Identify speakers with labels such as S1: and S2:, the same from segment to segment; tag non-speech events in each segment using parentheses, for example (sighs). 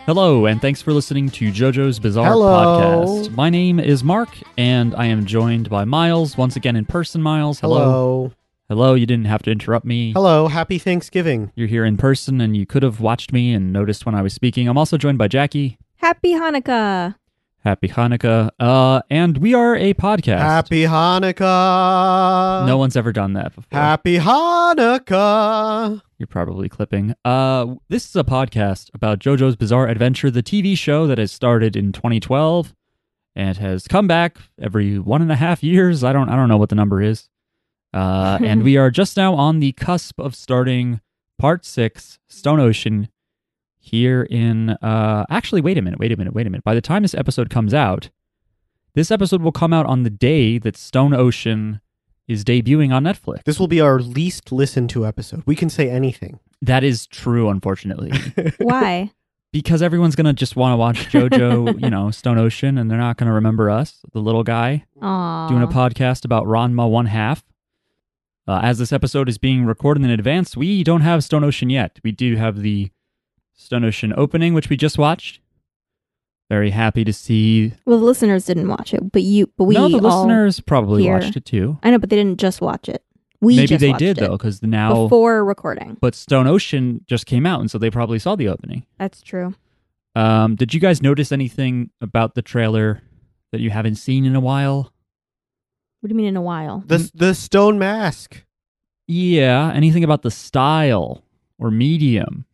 S1: Hello, and thanks for listening to JoJo's Bizarre
S2: Hello.
S1: Podcast. My name is Mark, and I am joined by Miles once again in person. Miles, hello.
S2: Hello.
S1: Hello, you didn't have to interrupt me.
S2: Hello. Happy Thanksgiving.
S1: You're here in person, and you could have watched me and noticed when I was speaking. I'm also joined by Jackie.
S3: Happy
S1: (laughs)
S3: Hanukkah.
S1: Happy Hanukkah. Uh, and we are a podcast.
S2: Happy Hanukkah.
S1: no one's ever done that before.
S2: Happy Hanukkah.
S1: You're probably clipping. Uh, this is a podcast about JoJo's Bizarre Adventure, the TV show that has started in 2012 and has come back every one and a half years. I don't, I don't know what the number is. Uh, and we are just now on the cusp of starting part six, Stone Ocean, here in. Uh, actually, wait a minute, wait a minute, wait a minute. By the time this episode comes out, this episode will come out on the day that Stone Ocean is debuting on Netflix.
S2: This will be our least listened to episode. We can say anything.
S1: That is true, unfortunately.
S3: Why?
S1: because everyone's gonna just want to
S3: (laughs)
S1: watch JoJo, you know, Stone Ocean, and they're not gonna remember us, the little guy,
S3: Aw.
S1: doing a podcast about Ranma One Half. Uh, as this episode is being recorded in advance, we don't have Stone Ocean yet. We do have the Stone Ocean opening, which we just watched. Very happy to see.
S3: well, the listeners didn't watch it, but you, but we
S1: no, the
S3: all-
S1: listeners probably
S3: here.
S1: watched it too.
S3: I know, but they didn't just watch it. We
S1: Maybe
S3: just
S1: they
S3: watched
S1: did
S3: it
S1: though, because now.
S3: before recording.
S1: but Stone Ocean just came out, and so they probably saw the opening.
S3: That's true.
S1: Um, did you guys notice anything about the trailer that you haven't seen in a while?
S3: What do you mean in a while?
S1: Mm.
S2: The, the stone mask.
S1: Yeah, anything about the style or medium?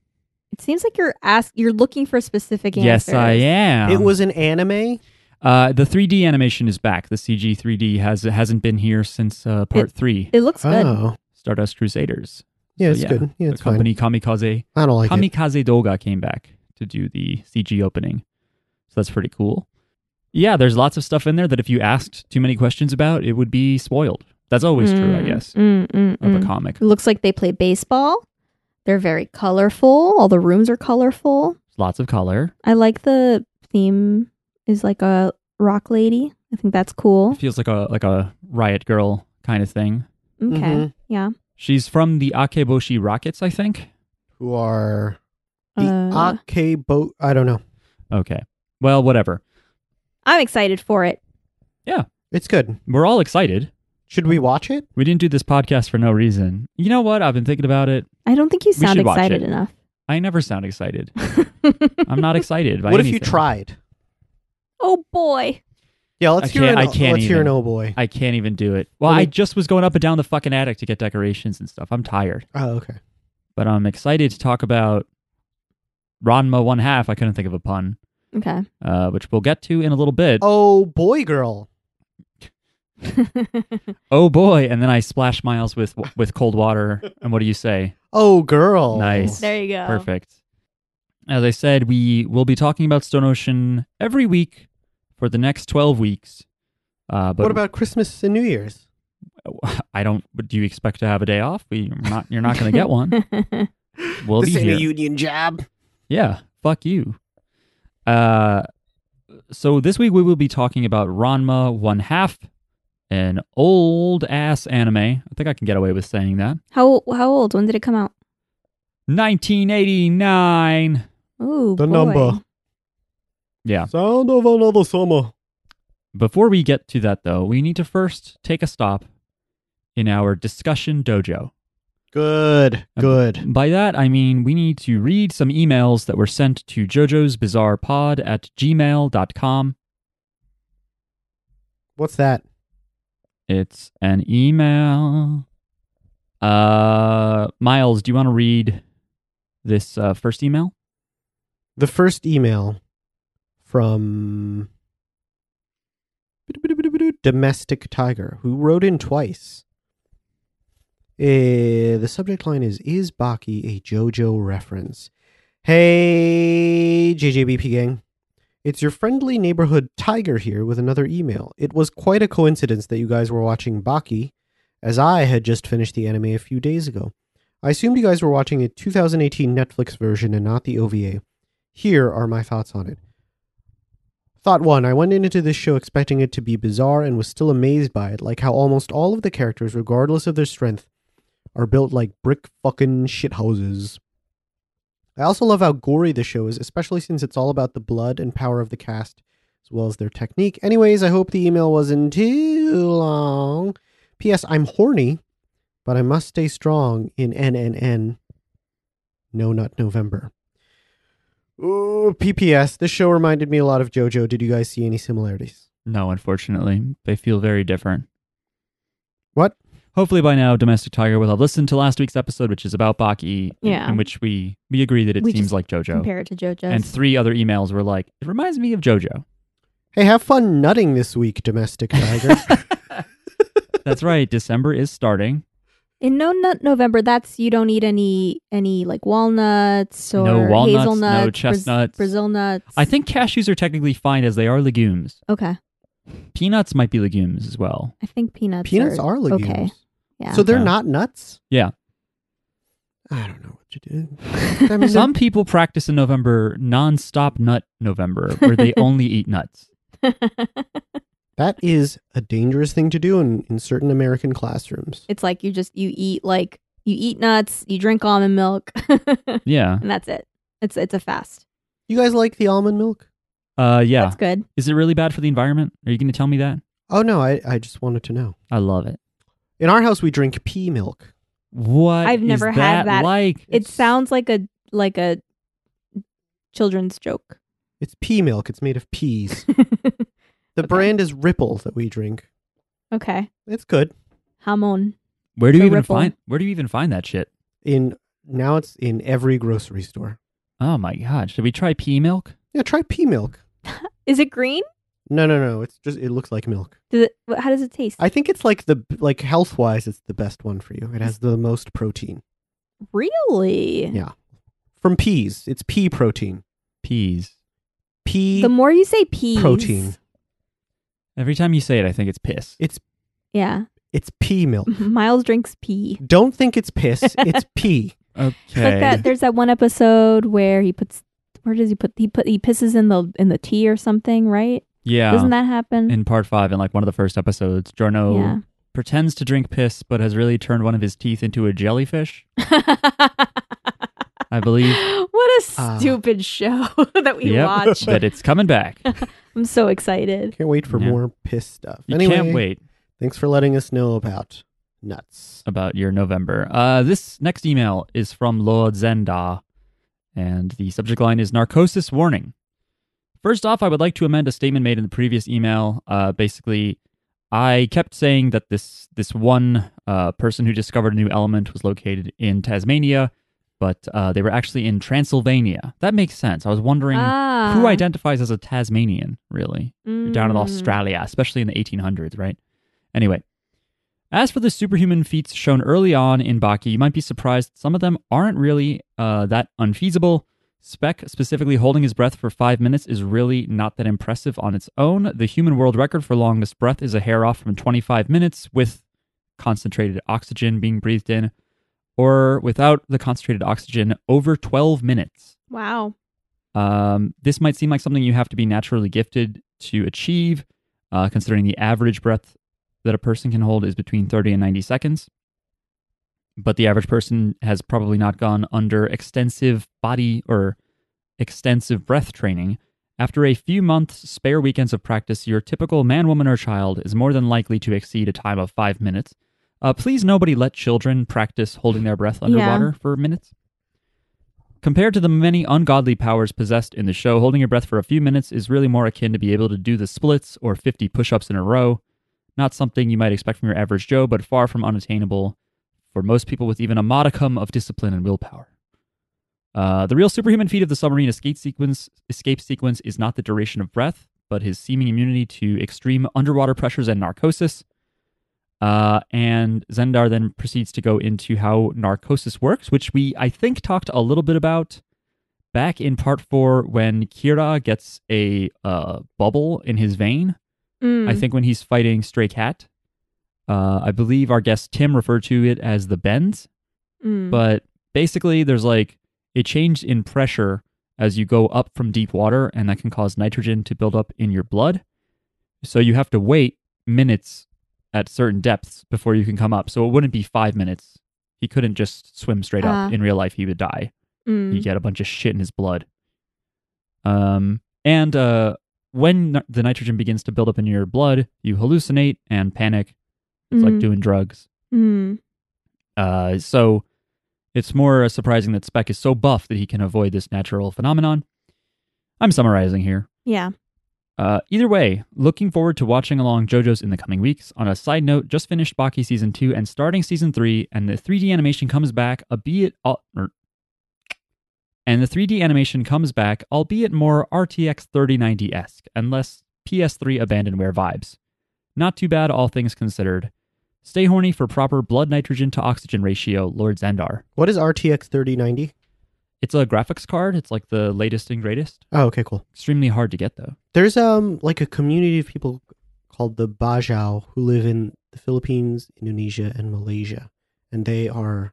S3: it seems like you're ask you're looking for specific
S1: yes,
S3: answers.
S1: I am.
S2: It was an anime.
S1: uh, the 3D animation is back. The CG 3D has hasn't been here since uh, part three,
S3: It looks good.
S2: Oh.
S1: Stardust Crusaders.
S2: Yeah,
S1: So
S2: it's
S1: yeah,
S2: good. Yeah, it's
S1: the
S2: fine.
S1: company Kamikaze
S2: I don't like it.
S1: Kamikaze Doga came back to do the CG opening, so that's pretty cool. Yeah, there's lots of stuff in there that if you asked too many questions about, it would be spoiled. That's always true, I
S3: Mm,
S1: guess,
S3: mm, mm,
S1: of
S3: mm.
S1: a comic.
S3: It looks like they play baseball. They're very colorful. All the rooms are colorful.
S1: lots of color.
S3: I like the theme is like a rock lady. I think that's cool.
S2: Oh.
S1: It feels like a like a riot girl kind of thing.
S3: Okay.
S2: Mhm.
S3: Yeah.
S1: She's from the Akeboshi Rockets, I think.
S2: Who are the
S3: Uh,
S2: Akebo? I don't know.
S1: Okay. Well, whatever.
S3: I'm excited for it.
S2: It's good.
S1: We're all excited.
S2: Should we watch it?
S1: We didn't do this podcast for no reason. You know what? I've been thinking about it.
S3: I don't think you sound
S1: should watch
S3: excited
S1: it.
S3: enough.
S1: I never sound excited. (laughs) I'm
S2: (laughs)
S1: not excited by
S2: what if
S1: anything.
S2: you tried?
S3: (laughs) oh boy.
S2: Yeah, let's
S1: I
S2: hear
S1: can't-
S2: an
S1: I
S2: oh,
S1: can't
S2: let's hear
S1: even.
S2: an oh boy.
S1: I can't even do it. Well,
S2: Well,
S1: I
S2: we-
S1: just was going up and down the fucking attic to get decorations and stuff. I'm tired,
S2: Oh, okay.
S1: but I'm excited to talk about Ranma One Half. I couldn't think of a pun,
S3: Okay. (laughs)
S1: uh, which we'll get to in a little bit.
S2: Oh boy girl.
S1: oh boy and then i splash miles with with cold
S2: (laughs)
S1: water and what do you say
S2: Oh girl.
S1: Nice.
S3: there you go.
S1: perfect as i said we will be talking about stone ocean every week for the next 12 weeks uh, but
S2: what about Christmas and New Year's?
S1: i don't but do you expect to have a day off we, you're not you're not going to get
S2: (laughs)
S1: one we'll be here
S2: union job.
S1: yeah fuck you uh so this week we will be talking about ranma one half an old ass anime i think i can get away with saying that
S3: (laughs) how how old? When did it come out?
S1: 1989
S3: Oh,
S2: The
S3: boy.
S2: number.
S1: yeah
S2: Sound of another summer.
S1: Before we get to that, though, we need to first take a stop in our discussion dojo.
S2: Good.
S1: Uh,
S2: Good.
S1: By that, I mean we need to read some emails that were sent to Jojo's Bizarre Pod at gmail.com.
S2: What's that?
S1: It's an email. Uh, Miles, do you want to read this uh, first email?
S2: The first email from Domestic Tiger, who wrote in twice. Eh, the subject line is Is Baki a JoJo reference? Hey, JJBP gang. It's your friendly neighborhood tiger here with another email. It was quite a coincidence that you guys were watching Baki, as I had just finished the anime a few days ago. I assumed you guys were watching a 2018 Netflix version and not the OVA. Here are my thoughts on it. Thought one I went into this show expecting it to be bizarre and was still amazed by it, like how almost all of the characters, regardless of their strength, are built like brick fucking shithouses. I also love how gory the show is, especially since it's all about the blood and power of the cast, as well as their technique. Anyways, I hope the email wasn't too long. P.S. I'm horny, but I must stay strong in NNN. No, not November. Ooh, PPS. This show reminded me a lot of JoJo. Did you guys see any similarities?
S1: No, unfortunately, they feel very different.
S2: What?
S1: Hopefully, by now, Domestic Tiger will have listened to last week's episode, which is about Baki, in-
S3: Yeah.
S1: in which we we agree that it
S3: We
S1: seems
S3: just
S1: like JoJo.
S3: Compare it to JoJo's.
S1: And three other emails were like, "It reminds me of JoJo."
S2: Hey, have fun nutting this week, domestic
S3: (laughs)
S2: tiger.
S1: That's right. (laughs) December is starting.
S3: In no nut November, that's you don't eat any any like walnuts or
S1: No walnuts, no
S3: hazelnuts, Braz-
S1: chestnuts.
S3: Brazil nuts.
S1: I think cashews are technically fine as they are legumes.
S3: okay.
S1: Peanuts might be legumes as
S3: (laughs)
S1: well.
S3: I think peanuts.
S2: Peanuts are legumes.
S3: Okay. Yeah.
S2: So they're
S1: Yeah.
S2: not nuts?
S1: Yeah.
S2: I don't know what to do.
S3: (laughs)
S2: I mean,
S1: Some people practice in November non-stop nut November, where
S3: (laughs)
S1: they only eat nuts.
S2: that is a dangerous thing to do in, in certain American classrooms.
S3: it's like you just you eat like you eat nuts, you drink almond milk, (laughs) and
S1: Yeah.
S3: that's it. It's it's a fast.
S2: You guys like the almond milk?
S1: Uh, yeah.
S3: That's good.
S1: Is it really bad for the environment? Are you going to tell me that?
S2: Oh, no, I, I just wanted to know.
S1: I love it.
S2: In our house, we drink pea milk.
S1: What?
S3: I've
S1: is
S3: never had
S1: that
S3: that.
S1: Like
S3: It sounds like a like a children's joke.
S2: It's pea milk, it's made of
S3: (laughs)
S2: peas. The
S3: Okay.
S2: brand is Ripple that we drink.
S3: okay.
S2: It's good.
S3: Hamon.
S1: where do you
S3: it's a
S1: even
S3: ripple.
S1: find? Where do you even find that shit?
S2: In Now it's in every grocery store.
S1: Oh my god! Should we try pea milk?
S2: Yeah, try pea milk.
S3: Is it green?
S2: No, no, no. It's just, it looks like milk.
S3: Does it, wh- how does it taste?
S2: I think it's like the like health wise, it's the best one for you. It has the most protein
S3: really?
S2: Yeah. from peas. It's pea protein.
S1: Peas.
S2: Pea.
S3: The more you say peas,
S2: Protein.
S1: Every time you say it, I think it's piss.
S2: it's
S3: Yeah, (laughs)
S2: it's pea milk.
S3: Miles drinks pea.
S2: Don't think it's piss. It's pea.
S1: Okay.
S3: It's like that. There's that one episode where he puts. Where does he put? He put. He pisses in the in the tea or something, right?
S1: Yeah.
S3: Doesn't that happen?
S1: in part five, in like one of the first episodes, Jorno
S3: Yeah.
S1: pretends to drink piss, but has really turned one of his teeth into a jellyfish. I believe
S3: (laughs) what a
S2: Ah.
S3: stupid show (laughs) that (laughs) we
S1: Yep. (laughs)
S3: watch.
S1: that it's coming
S3: (laughs)
S1: back.
S3: I'm so excited.
S2: Can't wait for
S1: Yeah.
S2: more piss stuff.
S1: You
S2: anyway,
S1: can't wait
S2: Thanks for letting us know about nuts.
S1: about your November. Uh, this next email is from Lord Zenda, and the subject line is Narcosis Warning. First off, I would like to amend a statement made in the previous email. Uh, basically, I kept saying that this this one uh, person who discovered a new element was located in Tasmania, but uh, they were actually in Transylvania. That makes sense. I was wondering
S3: Ah,
S1: who identifies as a Tasmanian, really down in
S3: Mm.
S1: Australia, especially in the 1800s, right? Anyway, as for the superhuman feats shown early on in Baki, you might be surprised some of them aren't really uh, that unfeasible. Speck specifically holding his breath for five minutes is really not that impressive on its own. The human world record for longest breath is a hair off from 25 minutes with concentrated oxygen being breathed in, or without the concentrated oxygen, over 12 minutes.
S3: Wow.
S1: Um, this might seem like something you have to be naturally gifted to achieve, uh, considering the average breath that a person can hold is between 30 and 90 seconds. But the average person has probably not gone under extensive body or extensive breath training. After a few months spare weekends of practice, your typical man, woman, or child is more than likely to exceed a time of five minutes. Uh, please, nobody let children practice holding their breath underwater for minutes. Compared to the many ungodly powers possessed in the show, holding your breath for a few minutes is really more akin to be able to do the splits or 50 push ups in a row. Not something you might expect from your average Joe, but far from unattainable for most people with even a modicum of discipline and willpower. Uh, the real superhuman feat of the submarine escape sequence, escape sequence is not the duration of breath, but his seeming immunity to extreme underwater pressures and narcosis. Uh, and Zendar then proceeds to go into how narcosis works, which we, I think, talked a little bit about back in part four when Kira gets a uh, bubble in his vein.
S3: Mm.
S1: I think when he's fighting Stray Cat. Uh, I believe our guest Tim referred to it as the bends,
S3: Mm.
S1: but basically there's like a change in pressure as you go up from deep water, and that can cause nitrogen to build up in your blood. So you have to wait minutes at certain depths before you can come up. So it wouldn't be five minutes. He couldn't just swim straight up.
S3: Ah.
S1: In real life, he would die.
S3: Mm.
S1: He had a bunch of shit in his blood. Um, and uh, when n- the nitrogen begins to build up in your blood, you hallucinate and panic. It's like
S3: Mm.
S1: doing drugs.
S3: Mm.
S1: Uh, so it's more surprising that Spec is so buff that he can avoid this natural phenomenon. I'm summarizing here.
S3: Yeah.
S1: Uh, either way, looking forward to watching along JoJo's in the coming weeks. On a side note, just finished Baki season two and starting season three, and the 3D animation comes back, albeit al- er, and the 3D animation comes back, albeit more RTX 3090 esque and less PS3 abandonware vibes. Not too bad, all things considered. Stay horny for proper blood nitrogen to oxygen ratio, Lord Zendar.
S2: What is RTX 3090?
S1: It's a graphics card. It's like the latest and greatest.
S2: Oh, okay, cool.
S1: Extremely hard to get though.
S2: There's um like a community of people called the Bajau who live in the Philippines, Indonesia, and Malaysia, and they are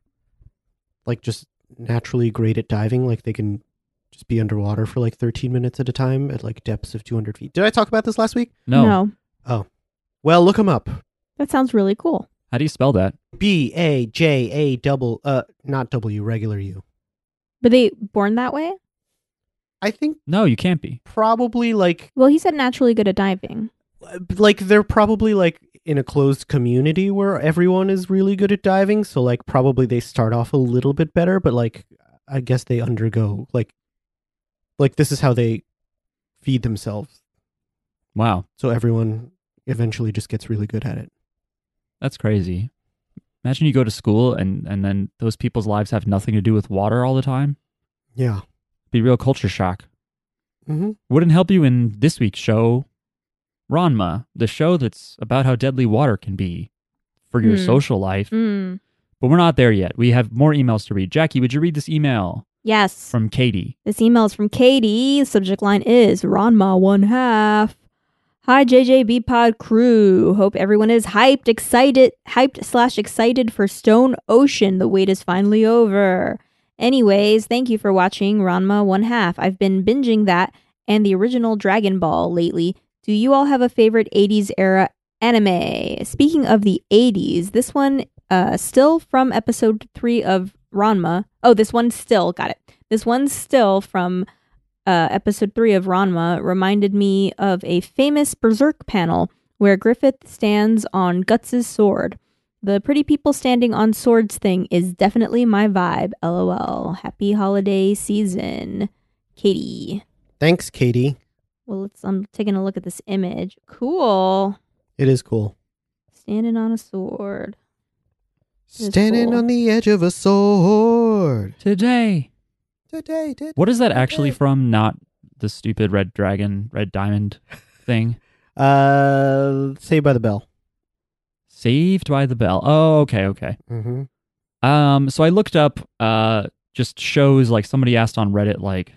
S2: like just naturally great at diving. Like they can just be underwater for like 13 minutes at a time at like depths of 200 feet. Did I talk about this last week?
S1: No.
S2: Well, look them up.
S3: That sounds really cool.
S1: How do you spell that?
S2: B A J A double uh not W regular U.
S3: Were they born that way?
S2: I think
S1: No, you can't be.
S2: probably like
S3: Well, he said naturally good at diving.
S2: like they're probably like in a closed community where everyone is really good at diving so like probably they start off a little bit better but like i guess they undergo like like this is how they feed themselves
S1: Wow,
S2: so everyone eventually just gets really good at it
S1: that's crazy. Imagine you go to school and and then those people's lives have nothing to do with water all the time.
S2: yeah
S1: Be real culture shock.
S2: mm-hmm.
S1: Wouldn't help you in this week's show, Ranma, the show that's about how deadly water can be for your
S3: Hmm.
S1: social life.
S3: Mm.
S1: But we're not there yet. We have more emails to read. Jackie, would you read this email
S3: Yes.
S1: from Katie?
S3: This email is from Katie. The subject line is Ronma one half. Hi JJB Pod crew. Hope everyone is hyped, excited, hyped slash excited for Stone Ocean. The wait is finally over. Anyways, thank you for watching Ranma one half. I've been binging that and the original Dragon Ball lately. Do you all have a favorite 80s era anime? Speaking of the 80s, this one uh still from episode 3 of Ranma. Oh, this one still got it. This one still from uh, episode three of Ranma reminded me of a famous Berserk panel where Griffith stands on Guts' sword. The pretty people standing on swords thing is definitely my vibe. LOL. Happy holiday season, Katie.
S2: thanks katie
S3: Well, let's. I'm taking a look at this image. Cool.
S2: it is cool
S3: Standing on a sword. It is
S2: standing
S3: cool.
S2: on the edge of a sword
S1: Today.
S2: today today
S1: What is that actually from? Not the stupid red dragon, red diamond
S3: (laughs)
S1: thing.
S2: uh saved by the bell
S1: Saved by the bell. Oh, okay, okay.
S2: mm-hmm.
S1: Um, so I looked up uh just shows like somebody asked on Reddit like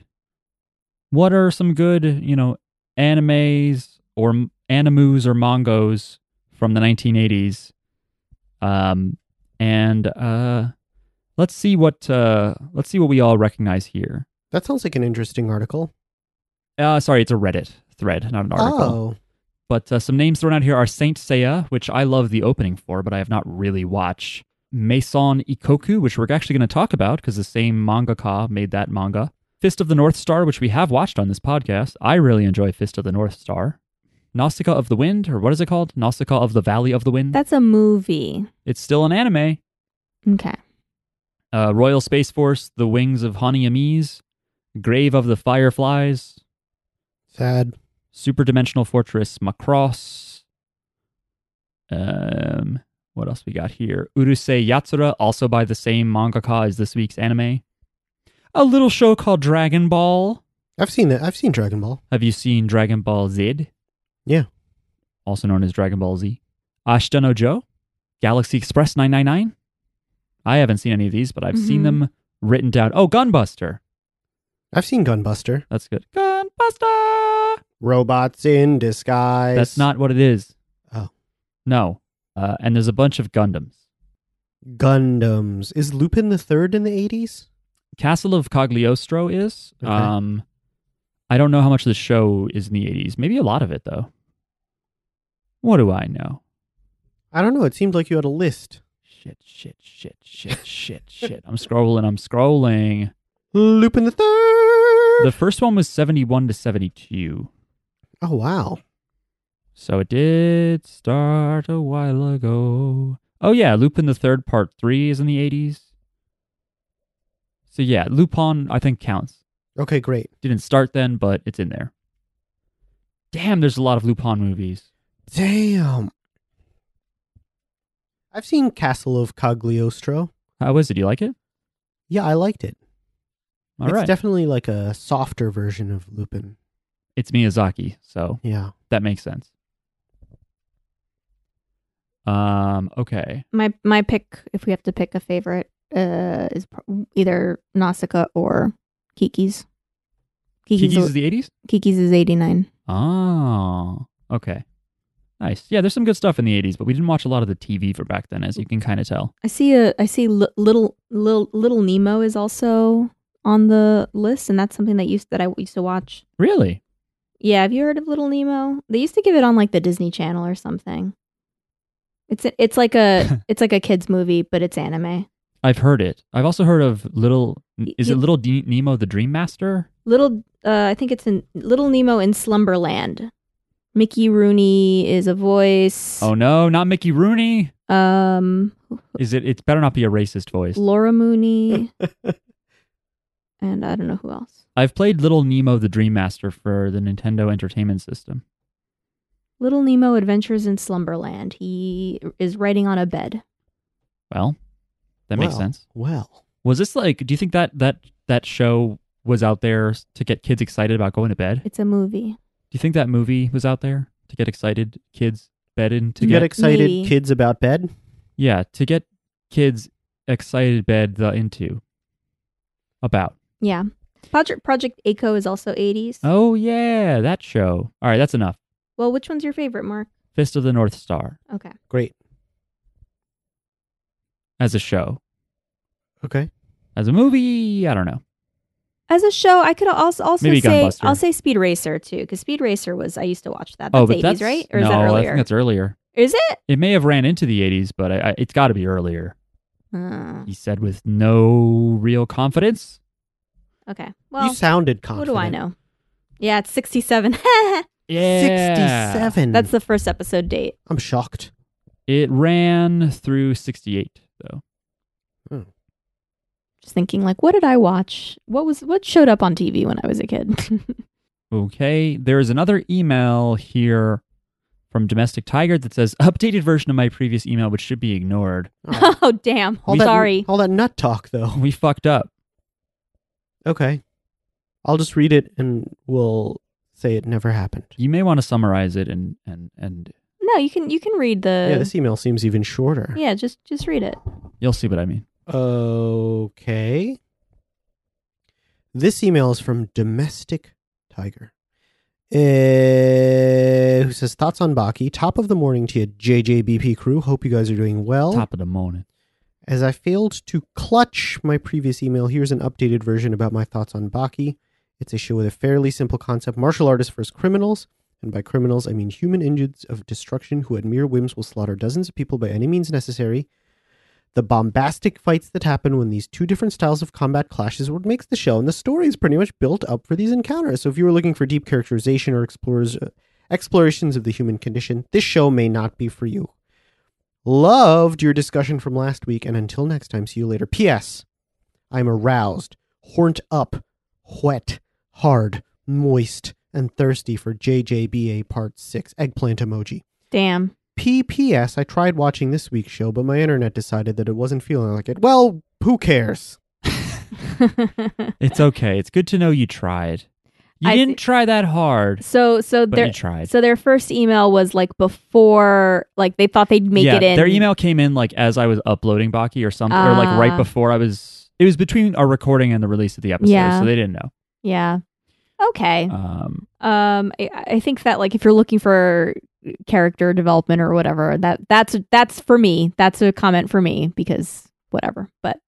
S1: what are some good, you know, animes or m- animus or mangos from the 1980s. Um and uh let's see what uh let's see what we all recognize here.
S2: that sounds like an interesting article
S1: Uh sorry, it's a Reddit thread, not an article.
S2: oh
S1: But uh, some names thrown out here are Saint Seiya, which I love the opening for, but I have not really watched. Maison Ikoku, which we're actually going to talk about because the same mangaka made that manga. Fist of the North Star, which we have watched on this podcast. I really enjoy Fist of the North Star. Nausicaa of the Wind, or what is it called? Nausicaa of the Valley of the Wind.
S3: That's a movie.
S1: it's still an anime.
S3: Okay.
S1: Uh, Royal Space Force, The Wings of Haniyamis, Grave of the Fireflies,
S2: sad
S1: Super Dimensional Fortress Macross. Um, what else we got here? Urusei Yatsura, also by the same mangaka as this week's anime. A little show called Dragon Ball.
S2: I've seen that. I've seen Dragon Ball.
S1: Have you seen Dragon Ball Z?
S2: Yeah.
S1: Also known as Dragon Ball Z. Ashita no Joe, Galaxy Express 999. I haven't seen any of these, but I've seen
S3: Mhm.
S1: them written down. Oh, Gunbuster.
S2: I've seen Gunbuster.
S1: That's good. Gunbuster!
S2: Robots in disguise.
S1: That's not what it is.
S2: Oh.
S1: No. Uh, and there's a bunch of Gundams.
S2: Gundams. Is Lupin the Third in the eighties?
S1: Castle of Cagliostro is.
S2: Okay.
S1: Um, I don't know how much of the show is in the 80s. Maybe a lot of it, though. What do I know?
S2: I don't know. It seemed like you had a list.
S1: Shit, shit, shit, shit, shit, shit. I'm scrolling. I'm scrolling.
S2: Lupin the Third.
S1: The first one was 71 to 72.
S2: oh wow,
S1: So it did start a while ago. Oh yeah, Lupin the Third Part Three is in the eighties. So yeah, Lupin I think counts.
S2: okay, great.
S1: Didn't start then, but it's in there. Damn, there's a lot of Lupin movies.
S2: Damn. I've seen Castle of Cagliostro.
S1: How was it? Do you like it?
S2: Yeah, I liked it.
S1: All
S2: it's
S1: right,
S2: definitely like a softer version of Lupin.
S1: it's Miyazaki, so
S2: Yeah.
S1: that makes sense. Um. Okay.
S3: My my pick, if we have to pick a favorite, uh, is pro- either Nausicaa or Kiki's.
S1: Kiki's
S3: Kiki's, Kiki's,
S1: is the eighties.
S3: is eighty nine.
S1: Oh, okay. Nice. Yeah, there's some good stuff in the 80s, but we didn't watch a lot of the TV for back then, as you can kind of tell.
S3: I see a I see li- little little little Nemo is also on the list, and that's something that used that I used to watch.
S1: Really?
S3: Yeah, have you heard of Little Nemo? They used to give it on like the Disney Channel or something. It's a, it's
S1: (laughs)
S3: like a it's like a kids movie, but it's anime.
S1: I've heard it. I've also heard of Little. Is it
S3: y-
S1: Little D- Nemo the Dream Master?
S3: Little uh, I think it's in Little Nemo in Slumberland. Mickey Rooney is a voice.
S1: Oh no, not Mickey Rooney.
S3: Um,
S1: Is it? It's better not be a racist voice. (laughs)
S3: Laura Mooney, and I don't know who else.
S1: I've played Little Nemo the Dream Master for the Nintendo Entertainment System.
S3: Little Nemo Adventures in Slumberland. He is writing on a bed.
S1: Well, that makes
S2: Well,
S1: sense.
S2: Well,
S1: Was this like? Do you think that that that show was out there to get kids excited about going to bed?
S3: It's a movie.
S1: Do you think that movie was out there to get excited kids bedded to
S2: to get
S1: get
S2: excited
S3: Maybe.
S2: kids about bed.
S1: yeah to get kids excited bed the into about
S3: Yeah. Project Project Echo is also 80s.
S1: oh yeah that show all right that's enough
S3: Well, which one's your favorite, Mark?
S1: Fist of the North Star
S3: Okay.
S2: Great.
S1: as a show
S2: Okay.
S1: as a movie I don't know
S3: As a show, I could also also
S1: Maybe
S3: say
S1: Gunbuster.
S3: I'll say Speed Racer too, because Speed Racer was I used to watch that. That's
S1: oh but
S3: 80s,
S1: that's
S3: right? Or
S1: no
S3: is that
S1: I
S3: earlier?
S1: think that's earlier
S3: Is it?
S1: it may have ran into the 80s but I, I, it's got to be earlier
S3: Uh,
S1: he said with no real confidence
S3: okay. Well,
S2: you sounded
S3: what
S2: confident.
S3: do I know? Yeah, it's (laughs) 67.
S1: Hmm. yeah
S2: 67.
S3: That's the first episode date.
S2: I'm shocked.
S1: it ran through 68 though
S3: Just thinking like, what did I watch? What was what showed up on TV when I was a kid?
S1: Okay. There is another email here from Domestic Tiger that says updated version of my previous email, which should be ignored. (laughs)
S3: (laughs)
S2: Oh,
S3: oh damn.
S2: all that-
S3: Sorry.
S2: all that nut talk though.
S1: We fucked up.
S2: Okay. I'll just read it and we'll say it never happened.
S1: You may want to summarize it and and and
S3: No, you can you can read the
S2: yeah, this email seems even shorter.
S3: Yeah, just just read it.
S1: you'll see what I mean.
S2: Okay. This email is from Domestic Tiger, uh, who says thoughts on Baki. Top of the morning to you, JJBP crew. Hope you guys are doing well.
S1: Top of the morning.
S2: As I failed to clutch my previous email, here's an updated version about my thoughts on Baki. It's a show with a fairly simple concept martial artists versus criminals. And by criminals, I mean human engines of destruction who, at mere whims, will slaughter dozens of people by any means necessary. The bombastic fights that happen when these two different styles of combat clash is what makes the show, and the story is pretty much built up for these encounters. So, if you were looking for deep characterization or explores, uh, explorations of the human condition, this show may not be for you. Loved your discussion from last week, and until next time, see you later. P.S. I'm aroused, horned up, wet, hard, moist, and thirsty for JJBA Part 6 eggplant emoji.
S1: (laughs)
S3: Damn. (laughs)
S2: P.P.S. I tried watching this week's show, but my internet decided that it wasn't feeling like it. Well, who cares?
S1: It's okay. It's good to know you tried. You
S3: I
S1: didn't
S3: see-
S1: try that hard,
S3: so so
S1: but
S3: their
S1: you tried.
S3: so their first email was like before like they thought they'd make
S1: yeah,
S3: it in.
S1: their email came in like as I was uploading Baki or something, or like right
S3: Ah.
S1: before I was. It was between our recording and the release of the episode,
S3: Yeah.
S1: so they didn't know.
S3: Yeah. Okay.
S1: Um,
S3: Um I, I think that like if you're looking for character development or whatever, that that's that's for me. That's a comment for me because whatever. But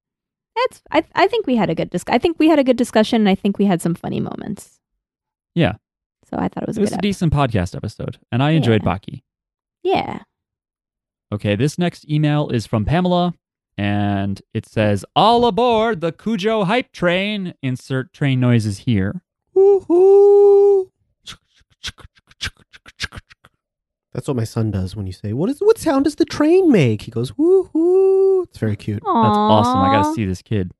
S3: that's I I think we had a good disc- I think we had a good discussion and I think we had some funny moments.
S1: Yeah.
S3: So I thought it was
S1: it
S3: a
S1: was
S3: good
S1: a
S3: ep-
S1: decent podcast episode, and I enjoyed Baki.
S3: Yeah.
S1: Okay, this next email is from Pamela, and it says all aboard the Cujo hype train. Insert train noises here.
S2: Woohoo! That's what my son does when you say, "What is what sound does the train make?" He goes, "Woohoo!" It's very cute.
S1: That's awesome. I got to see this kid.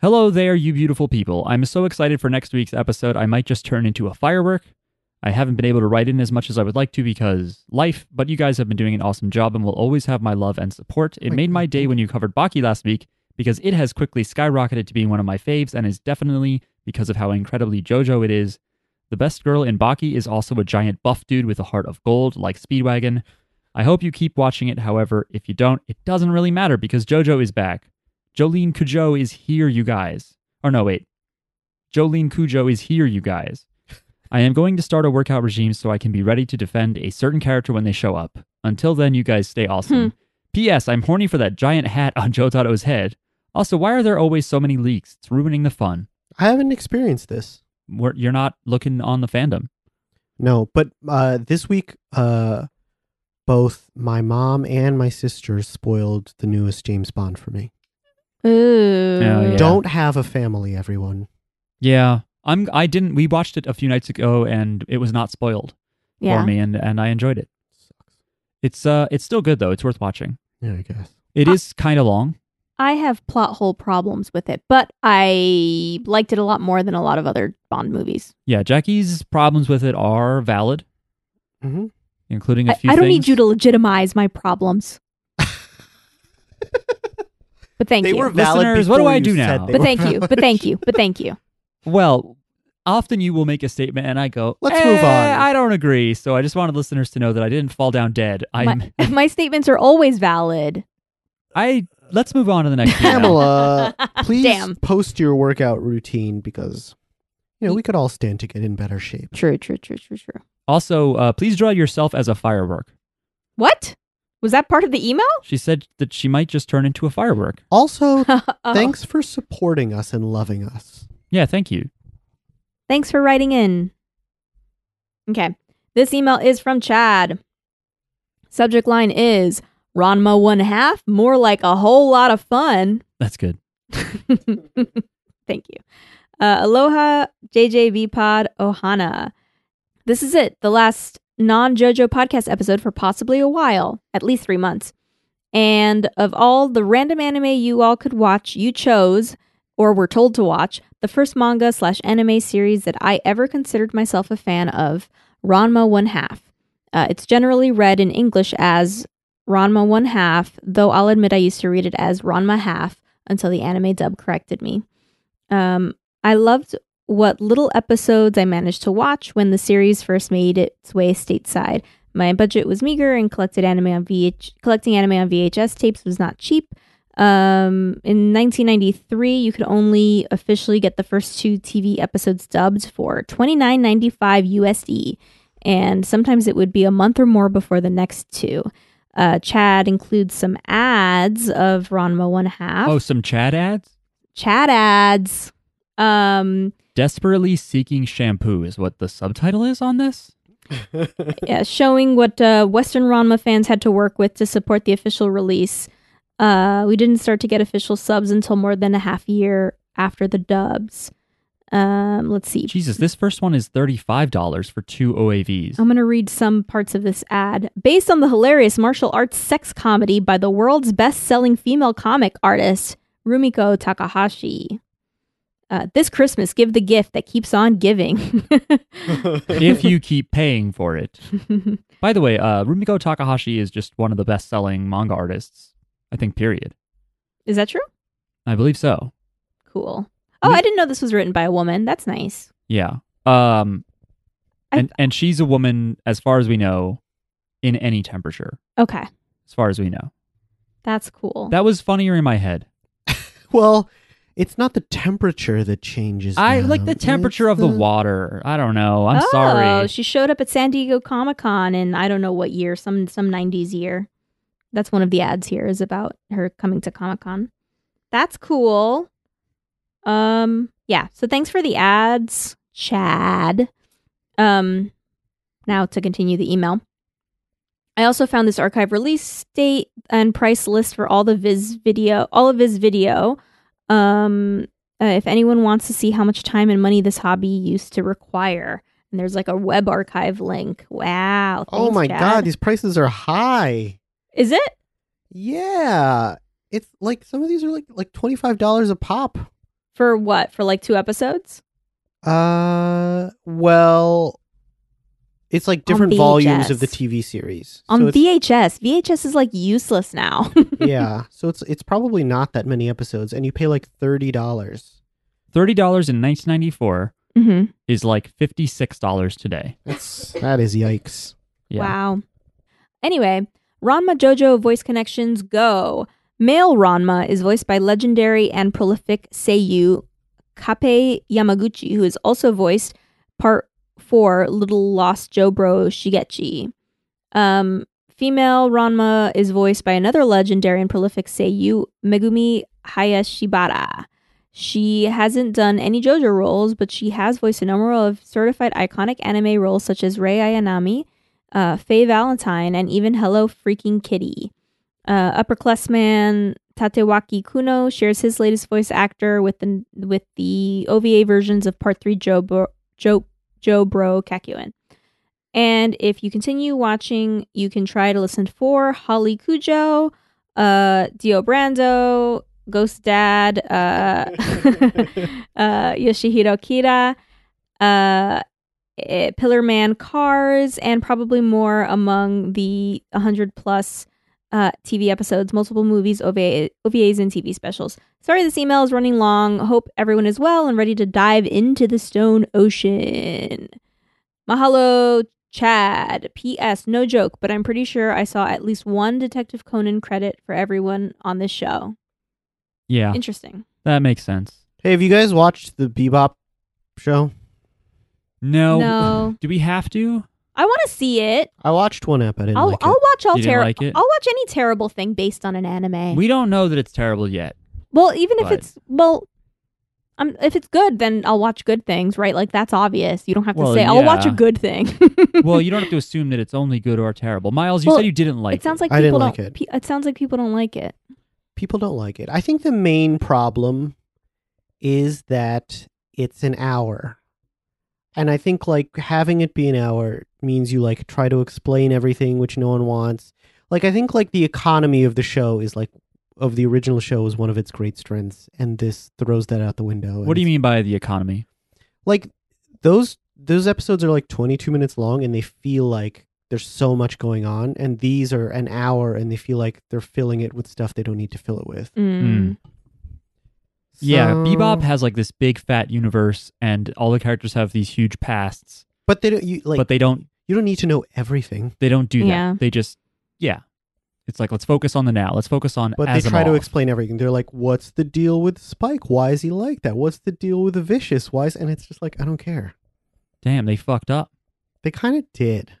S1: Hello there, you beautiful people. I'm so excited for next week's episode. I might just turn into a firework. I haven't been able to write in as much as I would like to because life, but you guys have been doing an awesome job and will always have my love and support. It
S2: Wait,
S1: made my
S2: wait,
S1: day
S2: wait.
S1: when you covered Baki last week because it has quickly skyrocketed to being one of my faves and is definitely because of how incredibly JoJo it is. The best girl in Baki is also a giant buff dude with a heart of gold, like Speedwagon. I hope you keep watching it, however, if you don't, it doesn't really matter because JoJo is back. Jolene Cujo is here, you guys. Or no, wait. Jolene Cujo is here, you guys. I am going to start a workout regime so I can be ready to defend a certain character when they show up. Until then, you guys stay awesome.
S3: Hmm.
S1: P.S. I'm horny for that giant hat on Joe Tato's head. Also, why are there always so many leaks? It's ruining the fun.
S2: I haven't experienced this.
S1: We're, you're not looking on the fandom.
S2: No, but uh, this week, uh, both my mom and my sister spoiled the newest James Bond for me.
S3: Ooh.
S1: Oh, yeah.
S2: Don't have a family, everyone.
S1: Yeah, I'm. I didn't. We watched it a few nights ago, and it was not spoiled
S3: Yeah.
S1: for me, and and I enjoyed it. It's uh, it's still good though. It's worth watching.
S2: Yeah, I guess.
S1: It
S3: Ah.
S1: is kind of long.
S3: I have plot hole problems with it, but I liked it a lot more than a lot of other Bond movies.
S1: Yeah, Jackie's problems with it are valid,
S2: Mhm.
S1: including a
S3: I,
S1: few.
S3: I don't
S1: things.
S3: need you to legitimize my problems. but thank
S2: They
S3: you.
S2: were valid.
S1: Listeners,
S2: before
S1: what do I
S2: you
S1: do
S2: said
S1: now?
S2: they
S3: but
S2: were
S3: thank you. But
S2: valid. (laughs)
S3: thank you. But thank you.
S1: Well, often you will make a statement, and I go,
S2: Let's move
S1: "Eh,
S2: on."
S1: I don't agree. So I just wanted listeners to know that I didn't fall down dead. I'm.
S3: My, my statements are always valid.
S1: I. Let's move on to the next. email. (laughs)
S2: Pamela, please
S3: Damn.
S2: post your workout routine because you know we could all stand to get in better shape.
S3: True, true, true, true, true.
S1: Also, uh, please draw yourself as a firework.
S3: What? Was that part of the email? (laughs)
S1: She said that she might just turn into a firework. (laughs)
S2: Also,
S1: Uh-huh.
S3: Oh.
S2: thanks for supporting us and loving us.
S1: Yeah, thank you.
S3: Thanks for writing in. Okay. This email is from Chad. Subject line is Ronma one half, more like a whole lot of fun.
S1: That's good.
S3: (laughs) Thank you. Uh, aloha, JJV Pod Ohana. This is it, the last non JoJo podcast episode for possibly a while, at least three months. And of all the random anime you all could watch, you chose, or were told to watch, the first manga slash anime series that I ever considered myself a fan of, Ranma One Half. Uh, it's generally read in English as Ranma One Half, though I'll admit I used to read it as Ranma Half until the anime dub corrected me. Um, I loved what little episodes I managed to watch when the series first made its way stateside. My budget was meager, and collected anime on VH collecting anime on VHS tapes was not cheap. Um, in 1993, you could only officially get the first two TV episodes dubbed for 29.95 USD, and sometimes it would be a month or more before the next two. Uh, Chad includes some ads of Ranma One Half.
S1: Oh, some Chad ads?
S3: Chad ads. Um,
S1: Desperately seeking shampoo is what the subtitle is on this?
S3: yeah, showing what uh, Western Ranma fans had to work with to support the official release. Uh, we didn't start to get official subs until more than a half year after the dubs. Um, let's see.
S1: Jesus, this first one is $35 for two OAVs.
S2: Um,
S3: I'm going to read some parts of this ad. Based on the hilarious martial arts sex comedy by the world's best selling female comic artist, Rumiko Takahashi. Uh, this Christmas, give the gift that keeps on giving. (laughs)
S1: if you keep paying for it.
S2: (laughs)
S1: By the way, uh, Rumiko Takahashi is just one of the best selling manga artists, I think, period.
S3: Is that true?
S1: I believe so.
S3: Cool. Oh,
S1: We-
S3: I didn't know this was written by a woman. That's nice.
S1: Yeah. Um,
S3: I-
S1: and, and she's a woman, as far as we know, in any temperature,
S3: Okay.
S1: as far as we know.
S3: That's cool.
S1: That was funnier in my head.
S2: well, it's not the temperature that changes.
S1: I
S2: now.
S1: like the temperature
S2: It's
S1: of the water. I don't know. I'm
S3: oh,
S1: sorry.
S3: she showed up at San Diego Comic Con in I don't know what year, some some 90s year. That's one of the ads here is about her coming to Comic Con. That's cool. Um yeah, so thanks for the ads, Chad. Um now to continue the email. I also found this archive release date and price list for all the Viz video, all of Viz video. Um, uh, if anyone wants to see how much time and money this hobby used to require, and there's like a web archive link. Wow!
S2: Oh
S3: thanks,
S2: my
S3: Dad.
S2: god, these prices are high.
S3: Is it?
S2: Yeah. It's like some of these are like like $25 a pop.
S3: For what? For like two episodes?
S2: Uh well, it's like different
S3: On
S2: volumes of the
S3: VHS.
S2: TV series.
S3: On
S2: so it's-
S3: VHS. VHS is like useless now. (laughs)
S2: yeah. So it's it's probably not that many episodes and you pay like $30.
S1: Thirty dollars in nineteen ninety four
S3: Mhm.
S1: is like fifty six dollars today.
S2: That's that is yikes.
S1: Yeah.
S3: Wow. Anyway, Ranma JoJo voice connections go. Male Ranma is voiced by legendary and prolific Seiyu Kape Yamaguchi, who is also voiced part for Little Lost Jobro Shigechi. Um, female Ranma is voiced by another legendary and prolific Seiyu Megumi Hayashibara. She hasn't done any JoJo roles, but she has voiced a number of certified iconic anime roles such as Rei Ayanami, uh, Faye Valentine, and even Hello Freaking Kitty. Uh, upperclassman Tatewaki Kuno shares his latest voice actor with the with the OVA versions of Part Three Joe Bro, Joe Joe Bro Kakyoin. And if you continue watching, you can try to listen for Holly Cujo, uh, Dio Brando, Ghost Dad, uh, (laughs) uh, Yoshihiro Kira, uh, eh, Pillar Man Cars, and probably more among the 100 plus uh, TV episodes, multiple movies, OVA, OVAs, and TV specials. Sorry, this email is running long. Hope everyone is well and ready to dive into the stone ocean. Mahalo, Chad. P.S. No joke, but I'm pretty sure I saw at least one Detective Conan credit for everyone on this show.
S1: Yeah.
S3: Interesting.
S1: That makes sense.
S2: Hey, have you guys watched the Bebop show?
S1: No.
S3: No.
S1: (laughs) Do we have to?
S3: I want to see it.
S2: I watched one ep. I didn't
S3: I'll,
S2: like it.
S3: I'll watch all
S1: You didn't
S3: terrible.
S1: like it?
S3: I'll watch any terrible thing based on an anime.
S1: We don't know that it's terrible yet.
S3: well, even if
S1: but-
S3: it's well, um, if it's good, then I'll watch good things, right? Like that's obvious. You don't have to
S1: Well,
S3: say I'll watch a
S1: yeah.
S3: good thing.
S1: (laughs) Well, you don't have to assume that it's only good or terrible. Miles, you
S3: Well,
S1: said you didn't like.
S3: it sounds like
S2: I didn't
S3: people
S2: like
S3: don't.
S2: it.
S3: pe- it sounds like people don't like it.
S2: people don't like it. I think the main problem is that it's an hour. And I think like having it be an hour means you like try to explain everything which no one wants. Like I think like the economy of the show is like of the original show is one of its great strengths and this throws that out the window.
S1: What do you mean by the economy?
S2: Like those those episodes are like 22 minutes long and they feel like there's so much going on and these are an hour and they feel like they're filling it with stuff they don't need to fill it with.
S3: Mm.
S1: Yeah, Bebop
S2: So-
S1: has like this big fat universe, and all the characters have these huge pasts,
S2: But they don't. You like.
S1: but they don't.
S2: you don't need to know everything.
S1: They don't do that.
S3: Yeah.
S1: They just, yeah. It's like let's focus on the now. Let's focus on.
S2: But they try to explain everything. They're like, "What's the deal with Spike? Why is he like that? What's the deal with the Vicious? Why?" Is, and it's just like, I don't care.
S1: Damn, they fucked up.
S2: They kind of did.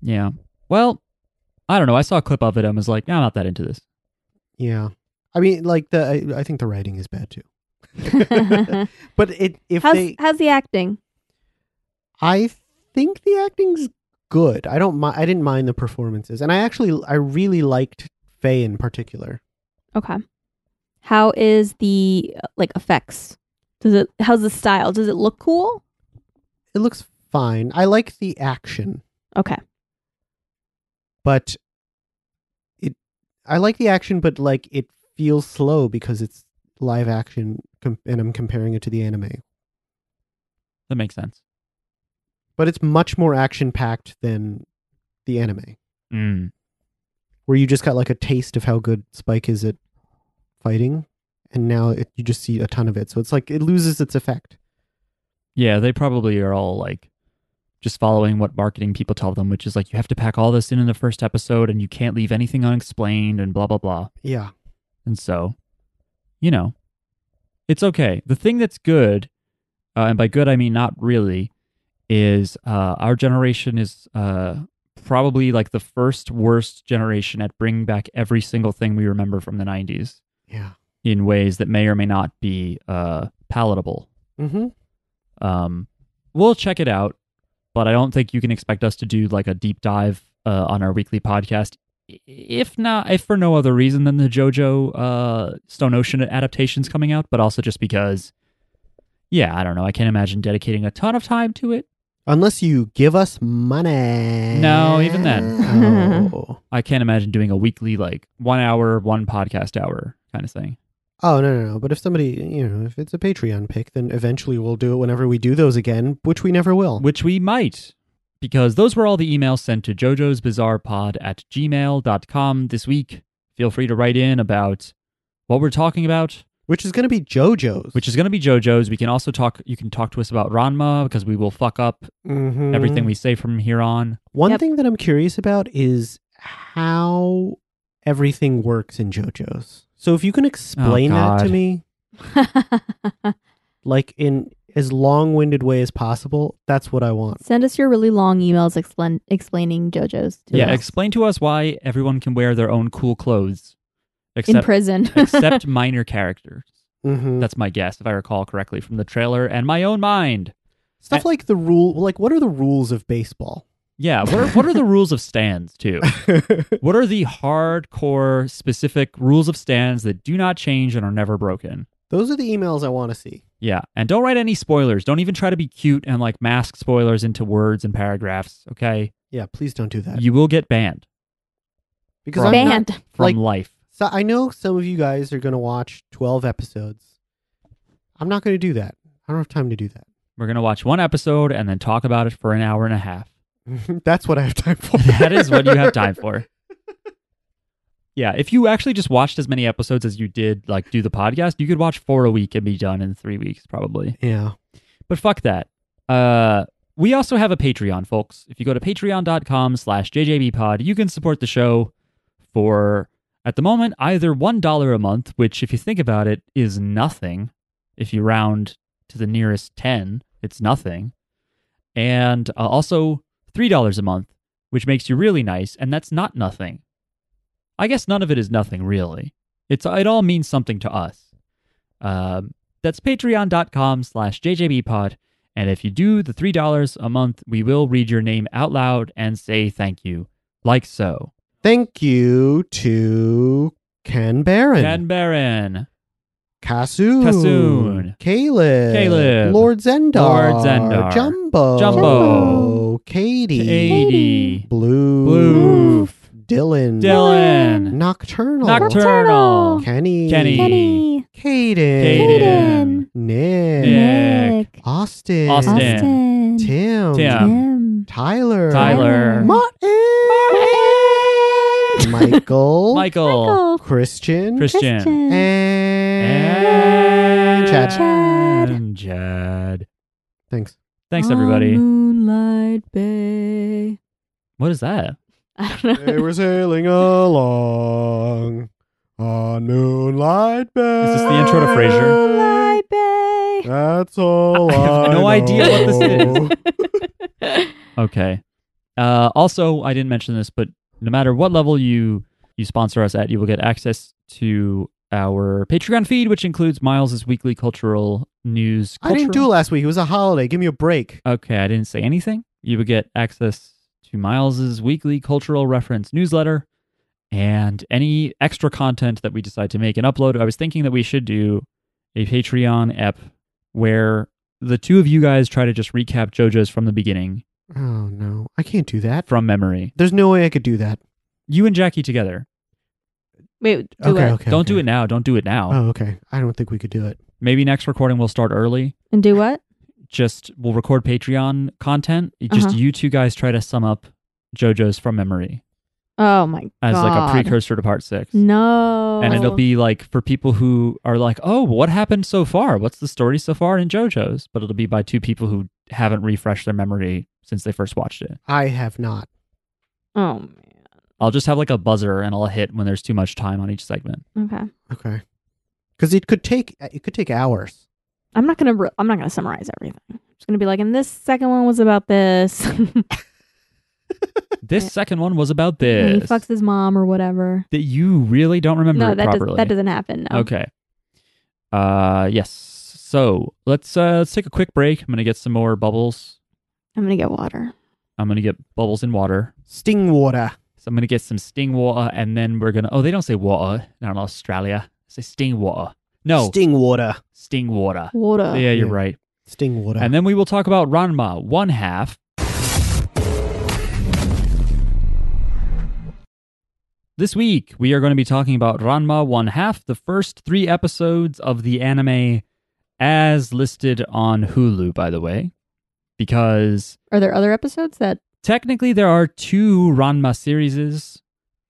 S1: Yeah. Well, I don't know. I saw a clip of it and was like, "Nah, I'm not that into this.
S2: Yeah. I mean, like the. I, I think the writing is bad too. (laughs) But it if
S3: how's,
S2: they,
S3: how's the acting?
S2: I think the acting's good. I don't. Mi- I didn't mind the performances, and I actually, I really liked Faye in particular.
S3: Okay. How is the uh, like effects? Does it? How's the style? Does it look cool?
S2: It looks fine. I like the action.
S3: Okay. (laughs)
S2: but it i like the action but like it feels slow because it's live action com- and i'm comparing it to the anime
S1: That makes sense."
S2: but it's much more action packed than the anime
S1: Mm.
S2: where you just got like a taste of how good spike is at fighting and now it, you just see a ton of it so it's like it loses its effect
S1: Yeah, they probably are all like just following what marketing people tell them, which is like you have to pack all this in in the first episode, and you can't leave anything unexplained, and blah blah blah.
S2: yeah
S1: And so, you know, it's okay. The thing that's good, uh, and by good I mean not really, is uh, our generation is uh, probably like the first worst generation at bringing back every single thing we remember from the 90s
S2: yeah
S1: in ways that may or may not be uh, palatable.
S2: mm-hmm
S1: Um, we'll check it out, but I don't think you can expect us to do like a deep dive uh, on our weekly podcast. If not, if for no other reason than the JoJo uh, Stone Ocean adaptations coming out, but also just because, yeah, I don't know. I can't imagine dedicating a ton of time to it.
S2: Unless you give us money.
S1: No, even then.
S2: (laughs) oh.
S1: I can't imagine doing a weekly, like one hour, one podcast hour kind of thing.
S2: Oh, no, no, no. But if somebody, you know, if it's a Patreon pick, then eventually we'll do it whenever we do those again, which we never will.
S1: Which we might, because those were all the emails sent to Jojo's Bizarre Pod at gmail.com this week. Feel free to write in about what we're talking about,
S2: Which is going to be JoJo's.
S1: which is going to be JoJo's. We can also talk, you can talk to us about Ranma because we will fuck up
S2: Mhm.
S1: everything we say from here on.
S2: One
S3: Mm-hmm. Yep.
S2: thing that I'm curious about is how everything works in JoJo's. So if you can explain that to
S1: God.
S2: me, like in as long-winded way as possible, that's what I want.
S3: Send us your really long emails explain- explaining JoJo's. To
S1: Yeah,
S3: us.
S1: explain to us why everyone can wear their own cool clothes
S3: in
S1: except,
S3: prison.
S1: (laughs) except minor characters.
S2: Mm-hmm.
S1: That's my guess, if I recall correctly from the trailer and my own mind.
S2: Stuff like the rule, like what are the rules of baseball?
S1: (laughs) Yeah, what are, what are the rules of stands too? What are the hardcore specific rules of stands that do not change and are never broken?
S2: Those are the emails I want to see.
S1: Yeah, and don't write any spoilers. Don't even try to be cute and like mask spoilers into words and paragraphs, okay?
S2: Yeah, please don't do that.
S1: You will get banned
S2: because
S1: From-
S2: I'm not-
S3: Banned.
S1: from
S2: Like-
S1: life.
S2: so I know some of you guys are going to watch 12 episodes. I'm not going to do that. I don't have time to do
S1: We're going to watch one episode and then talk about it for an hour and a half.
S2: that. (laughs) that's what I have time for.
S1: That is what you have time for. Yeah, if you actually just watched as many episodes as you did like do the podcast, you could watch 4 a week and be done in 3 weeks probably.
S2: (laughs) Yeah.
S1: But fuck that. Uh, we also have a Patreon, folks. If you go to patreon.com slash jjbpod, you can support the show for, at the moment, either $1 a month, which, if you think about it, is nothing. If you round to the nearest 10, it's nothing. And uh, also $3 a month, which makes you really nice, and that's not nothing. I guess none of it is nothing, really. It's It all means something to us. Um, that's patreon.com slash jjbpod. And if you do the $3 a month, we will read your name out loud and say thank you, like so.
S2: Thank you to Ken Barron,
S1: Dan Barron,
S2: Kasoon,
S1: Kasoon.
S2: Caleb,
S1: Caleb.
S2: Lord Zendar,
S1: Lord Zendar.
S2: Jumbo,
S1: Jumbo.
S2: Katie,
S1: Katie, Blue,
S2: Blue, Dylan,
S1: Dylan,
S2: Nocturnal,
S1: Nocturnal,
S2: Kenny,
S1: Kenny.
S3: (laughs) Kenny.
S2: Kaden,
S1: Kaden,
S2: Nick,
S1: Nick,
S3: Nick.
S2: Austin,
S1: Austin.
S3: Austin.
S1: Tim.
S2: Tim,
S3: Tim.
S2: Tyler,
S1: Tyler,
S2: Martin,
S1: (laughs)
S2: Michael,
S1: Michael,
S3: Michael.
S2: Christian,
S1: Christian,
S3: Christian.
S2: and Chad.
S3: Chad.
S1: and Chad. Um,
S2: Thanks.
S1: Thanks,
S3: On
S1: everybody.
S3: Moonlight Bay.
S1: What is that?
S3: I don't know.
S2: they were sailing along on Moonlight Bay.
S1: Is this the intro to Frasier?
S3: Moonlight Bay.
S2: That's all
S1: I have
S2: I
S1: no idea what this
S2: know.
S3: (laughs)
S1: is. Okay. Uh, also, I didn't mention this, but no matter what level you you sponsor us at, you will get access to our Patreon feed, which includes Miles's weekly cultural news.
S2: I didn't do it
S1: cultural-
S2: last week. It was a holiday. Give me a break.
S1: Okay, I didn't say anything. You would get access to Miles's weekly cultural reference newsletter and any extra content that we decide to make and upload. I was thinking that we should do a Patreon ep where the two of you guys try to just recap JoJo's from the beginning,
S2: Oh no, I can't do that.
S1: from memory.
S2: There's no way I could do that.
S1: You and Jackie together.
S3: Wait, do
S2: okay,
S3: what?
S2: okay.
S1: don't
S2: okay.
S1: do it now. Don't do it now.
S2: Oh, okay. I don't think we could do it.
S1: Maybe next recording we'll start early.
S3: And do what?
S1: Just we'll record Patreon content. Just
S3: Uh-huh.
S1: you two guys try to sum up JoJo's from memory
S3: Oh my god.
S1: as like a precursor to part six.
S3: No.
S1: And it'll be like for people who are like, oh, what happened so far? What's the story so far in JoJo's? But it'll be by two people who haven't refreshed their memory since they first watched it.
S2: I have not.
S3: Oh man.
S1: I'll just have like a buzzer and I'll hit when there's too much time on each segment.
S3: Okay.
S2: Okay. Because it could take uh, it could take hours.
S3: I'm not gonna. Re- I'm not gonna summarize everything. I'm just gonna be like, and this second one was about this. (laughs) and
S1: This second one was about
S3: he
S1: this.
S3: fucks his mom or whatever.
S1: that you really don't remember
S3: No,
S1: it
S3: that
S1: properly.
S3: does, that doesn't happen. No.
S1: Okay. Uh yes. So let's uh let's take a quick break. I'm gonna get some more bubbles.
S3: I'm gonna get water.
S1: I'm gonna get bubbles in water.
S2: Sting water.
S1: So I'm gonna get some sting water, and then we're gonna. Oh, they don't say water down in Australia. They say sting water. No,
S2: Sting water.
S1: sting water.
S3: Water.
S1: yeah, you're
S2: Yeah.
S1: right.
S2: Sting water.
S1: And then we will talk about Ranma one half. This week we are going to be talking about Ranma one half, the first three episodes of the anime, as listed on Hulu. By the way, because
S3: Are there other episodes that
S1: technically there are two Ranma series,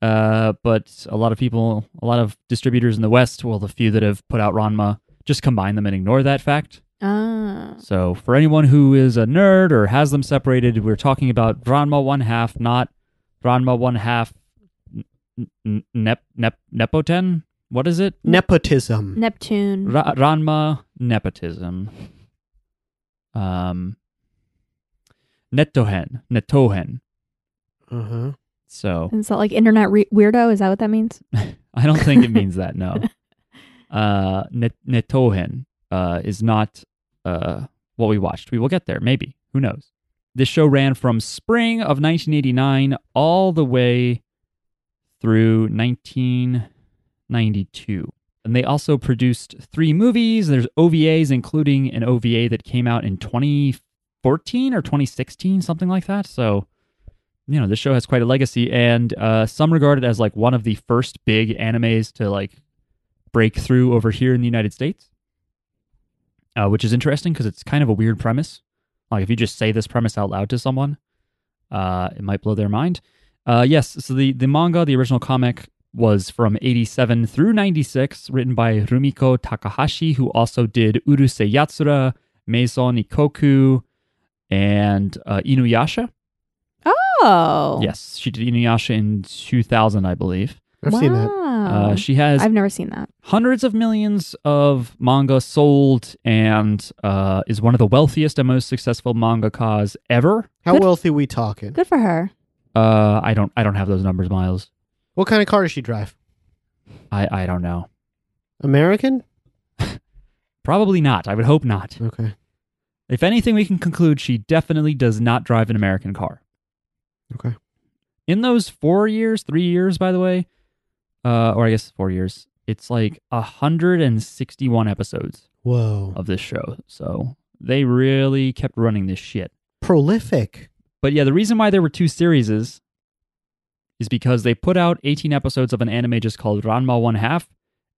S1: uh, but a lot of people, a lot of distributors in the West, well, the few that have put out Ranma, just combine them and ignore that fact.
S3: Ah.
S1: So for anyone who is a nerd or has them separated, we're talking about Ranma one half, not Ranma one half n- n- nep nep nepoten. What is it?
S2: Nepotism.
S3: Neptune.
S1: Ra- Ranma nepotism. Um, netohen, netohen.
S2: uh huh.
S1: So
S3: Is that like internet re- weirdo? Is that what that means?
S1: I don't think it means that. No. Uh, net- netohen uh, is not uh, what we watched. We will get there, maybe. Who knows? This show ran from spring of 1989 all the way through 1992. And they also produced three movies. There's OVAs, including an OVA that came out in 2014 or 2016, something like that. So, you know, this show has quite a legacy, and uh, some regard it as like one of the first big animes to like break through over here in the United States, uh, which is interesting because it's kind of a weird premise. Like if you just say this premise out loud to someone, uh, it might blow their mind. Uh, yes, so the the manga, the original comic, was from '87 through '96, written by Rumiko Takahashi, who also did Urusei Yatsura, Meison Ikoku, and uh, Inuyasha.
S3: Oh.
S1: Yes, she did Inuyasha in 2000, I believe.
S2: I've
S3: wow.
S2: seen that.
S1: Uh, she has
S3: Oh. I've never seen that.
S1: hundreds of millions of manga sold and uh, is one of the wealthiest and most successful mangakas ever.
S2: How
S3: Good-
S2: wealthy we talking?
S3: Good for her.
S1: Uh, I don't, I don't have those numbers, Miles.
S2: What kind of car does she drive?
S1: I, I don't know.
S2: American?
S1: Probably not. I would hope not.
S2: Okay.
S1: If anything, we can conclude she definitely does not drive an American car.
S2: Okay.
S1: in those four years, three years, by the way, uh, or I guess four years, it's like 161 episodes
S2: Whoa.
S1: of this show. So they really kept running this shit.
S2: Prolific.
S1: But yeah, the reason why there were two series is because they put out 18 episodes of an anime just called Ranma One Half,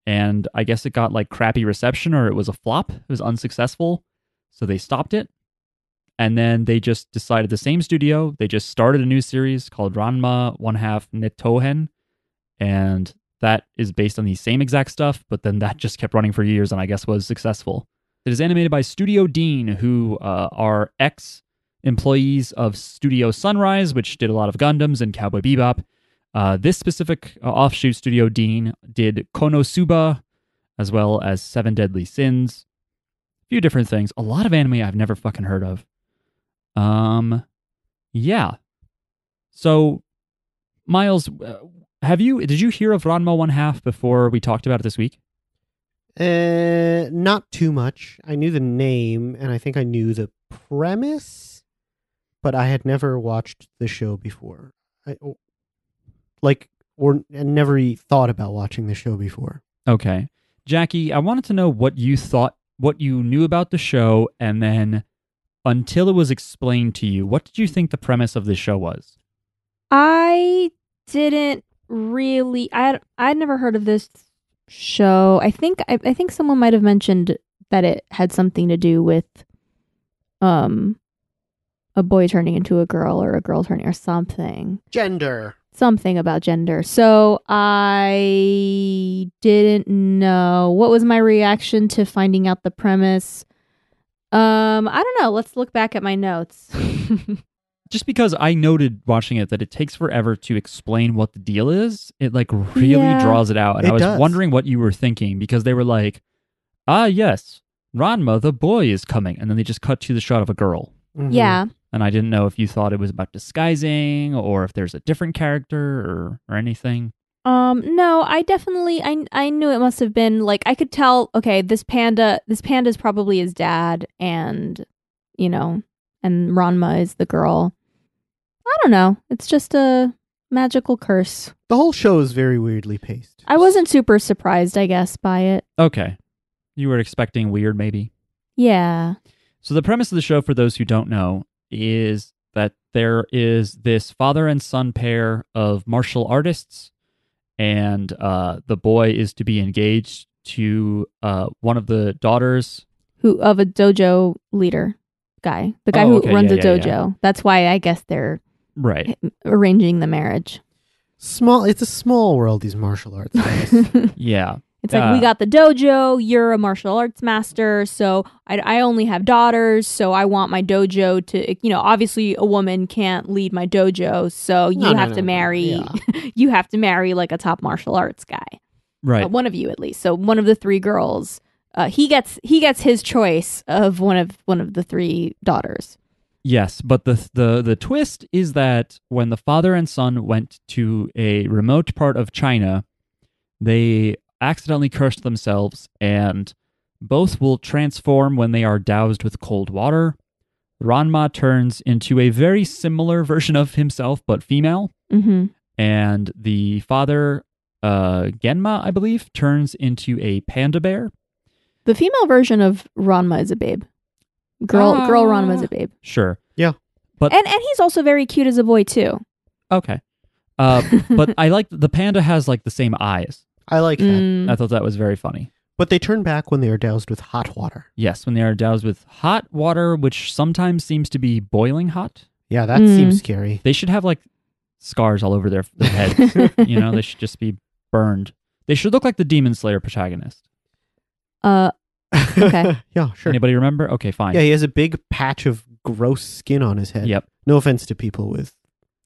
S1: and I guess it got like crappy reception or it was a flop. It was unsuccessful, so they stopped it. And then they just decided the same studio, they just started a new series called Ranma One Half Netohen, and that is based on the same exact stuff, but then that just kept running for years and I guess was successful. It is animated by Studio Dean, who uh, are ex employees of Studio Sunrise, which did a lot of Gundams and Cowboy Bebop. Uh, this specific uh, offshoot studio, Dean, did Konosuba, as well as Seven Deadly Sins, a few different things. A lot of anime I've never fucking heard of. Um, yeah. So, Miles, uh, have you did you hear of Ranma One Half before we talked about it this week?
S2: Uh, not too much. I knew the name, and I think I knew the premise, but I had never watched the show before. I, o- like, or and never e- thought about watching the show before.
S1: Okay. Jackie, I wanted to know what you thought, what you knew about the show, and then until it was explained to you, what did you think the premise of the show was?
S3: I didn't really. I I'd never heard of this show. I think I, I think someone might have mentioned that it had something to do with, um, a boy turning into a girl or a girl turning or something.
S2: Gender.
S3: something about gender. So I didn't know. What was my reaction to finding out the premise? Um, I don't know. Let's look back at my notes. (laughs)
S1: Just because I noted watching it that it takes forever to explain what the deal is, it like really
S3: Yeah.
S1: draws it out. And
S2: It
S1: I was
S2: does.
S1: wondering what you were thinking because they were like, ah, yes, Ranma, the boy, is coming. And then they just cut to the shot of a girl.
S2: Mhm.
S3: yeah.
S1: And I didn't know if you thought it was about disguising or if there's a different character or, or anything.
S3: Um, no, I definitely I I knew it must have been like I could tell, okay, this panda this panda's probably his dad and you know, and Ranma is the girl. I don't know. It's just a magical curse.
S2: The whole show is very weirdly paced.
S3: I wasn't super surprised, I guess, by it.
S1: Okay. You were expecting weird, maybe.
S3: Yeah.
S1: So, the premise of the show, for those who don't know, is that there is this father and son pair of martial artists, and uh, the boy is to be engaged to uh, one of the daughters.
S3: Who of a dojo leader guy. The guy
S1: Oh,
S3: who
S1: okay.
S3: runs
S1: Yeah,
S3: a
S1: yeah,
S3: dojo. That's why I guess they're
S1: Right.
S3: arranging the marriage.
S2: Small. It's a small world. These martial
S3: (laughs)
S2: arts. guys.
S3: it's
S1: Yeah.
S3: like we
S1: Uh,
S3: got the dojo, you're a martial arts master, so I, I only have daughters, so I want my dojo to you know, obviously a woman can't lead my dojo, so you
S2: No, no,
S3: have
S2: no,
S3: to
S2: no.
S3: marry
S2: Yeah.
S3: (laughs) you have to marry like a top martial arts guy.
S1: Right.
S3: Uh, one of you at least. So one of the three girls, uh, he gets he gets his choice of one of one of the three daughters.
S1: Yes, but the the the twist is that when the father and son went to a remote part of China, they accidentally cursed themselves and both will transform when they are doused with cold water. Ranma turns into a very similar version of himself but female,
S3: Mm-hmm.
S1: and the father uh Genma, I believe, turns into a panda bear.
S3: The female version of Ranma is a babe. Girl, girl Ranma is a babe,
S1: Sure. But-
S3: and and he's also very cute as a boy too.
S1: Okay. Uh, but I like the panda has like the same eyes.
S2: I like that.
S3: Mm.
S1: I thought that was very funny.
S2: But they turn back when they are doused with hot water.
S1: Yes, when they are doused with hot water, which sometimes seems to be boiling hot.
S2: Yeah, that
S3: Mm.
S2: seems scary.
S1: They should have like scars all over their, their head.
S2: (laughs)
S3: (laughs)
S1: you know, they should just be burned. They should look like the Demon Slayer protagonist.
S3: uh, Okay.
S2: (laughs) yeah, sure.
S1: Anybody remember? Okay, fine.
S2: Yeah, he has a big patch of gross skin on his head.
S1: Yep.
S2: No offense to people with,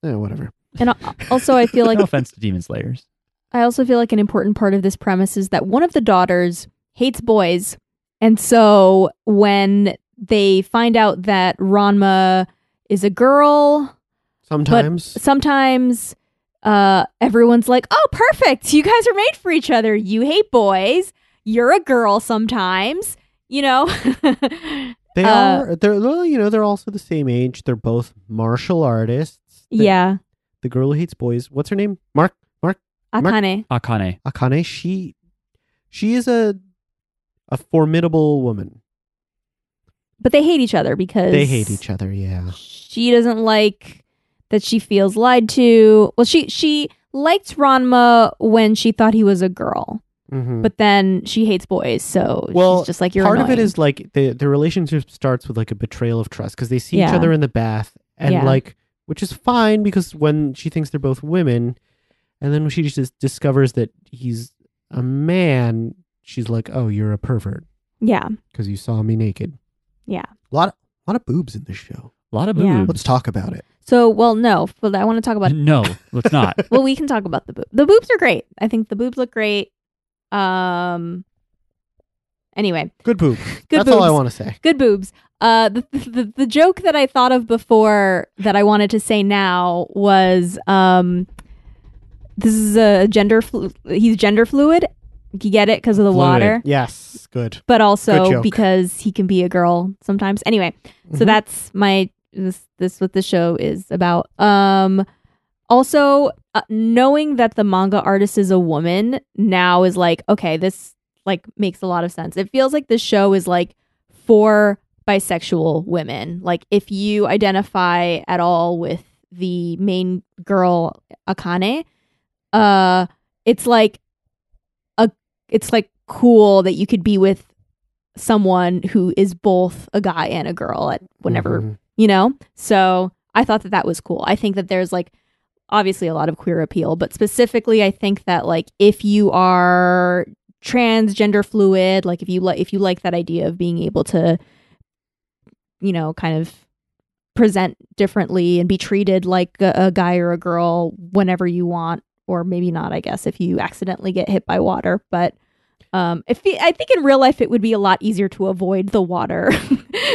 S2: eh, whatever.
S3: and al- also I feel like
S1: no offense to Demon Slayers.
S3: I also feel like an important part of this premise is that one of the daughters hates boys. And so when they find out that Ranma is a girl,
S2: Sometimes.
S3: sometimes uh, everyone's like, oh, perfect. You guys are made for each other. You hate boys. You're a girl sometimes, you know? (laughs)
S2: They
S3: Uh,
S2: are. They're well, you know, they're also the same age. They're both martial artists. The,
S3: yeah.
S2: The girl who hates boys. What's her name? Mark
S3: Akane.
S1: Akane.
S2: Akane. She, she is a, a formidable woman.
S3: But they hate each other because
S2: They hate each other. Yeah.
S3: she doesn't like that she feels lied to. Well, she she liked Ranma when she thought he was a girl,
S2: Mm-hmm.
S3: but then she hates boys, so
S2: Well,
S3: she's just like you're
S2: part of it
S3: annoying."
S2: is like the the relationship starts with like a betrayal of trust because they see each
S3: Yeah.
S2: other in the bath and
S3: Yeah.
S2: like which is fine because when she thinks they're both women and then when she just discovers that he's a man she's like oh you're a pervert
S3: yeah,
S2: because you saw me naked
S3: yeah.
S2: a lot a lot of boobs in this show
S1: A lot of boobs.
S3: Yeah.
S2: let's talk about it
S3: So well, no, but I want to
S2: (laughs)
S3: talk about.
S1: No, let's
S3: (laughs)
S1: not.
S3: well, we can talk about the boob. The boobs are great. I think the boobs look great. Um. Anyway,
S2: good boobs
S3: (laughs) good
S2: that's
S3: boobs.
S2: all i want to say
S3: Good boobs. Uh, the, (laughs) the the joke that I thought of before that I wanted to say now was um, this is a gender flu- he's gender fluid. You get it because of the
S1: Fluid.
S3: water,
S2: yes good
S3: but
S2: Good
S3: also
S2: joke.
S3: because he can be a girl sometimes. Anyway, so
S2: Mhm.
S3: that's my this this what the show is about. Um, also uh, knowing that the manga artist is a woman now is like okay, this like makes a lot of sense. It feels like this show is like for bisexual women. Like if you identify at all with the main girl Akane, uh it's like a it's like cool that you could be with someone who is both a guy and a girl at whenever
S2: Mhm.
S3: you know? So I thought that that was cool. I think that there's like obviously a lot of queer appeal, but specifically, I think that like if you are transgender fluid, like if you like if you like that idea of being able to, you know, kind of present differently and be treated like a, a guy or a girl whenever you want, or maybe not, I guess, if you accidentally get hit by water, but. Um, if I think in real life it would be a lot easier to avoid the water.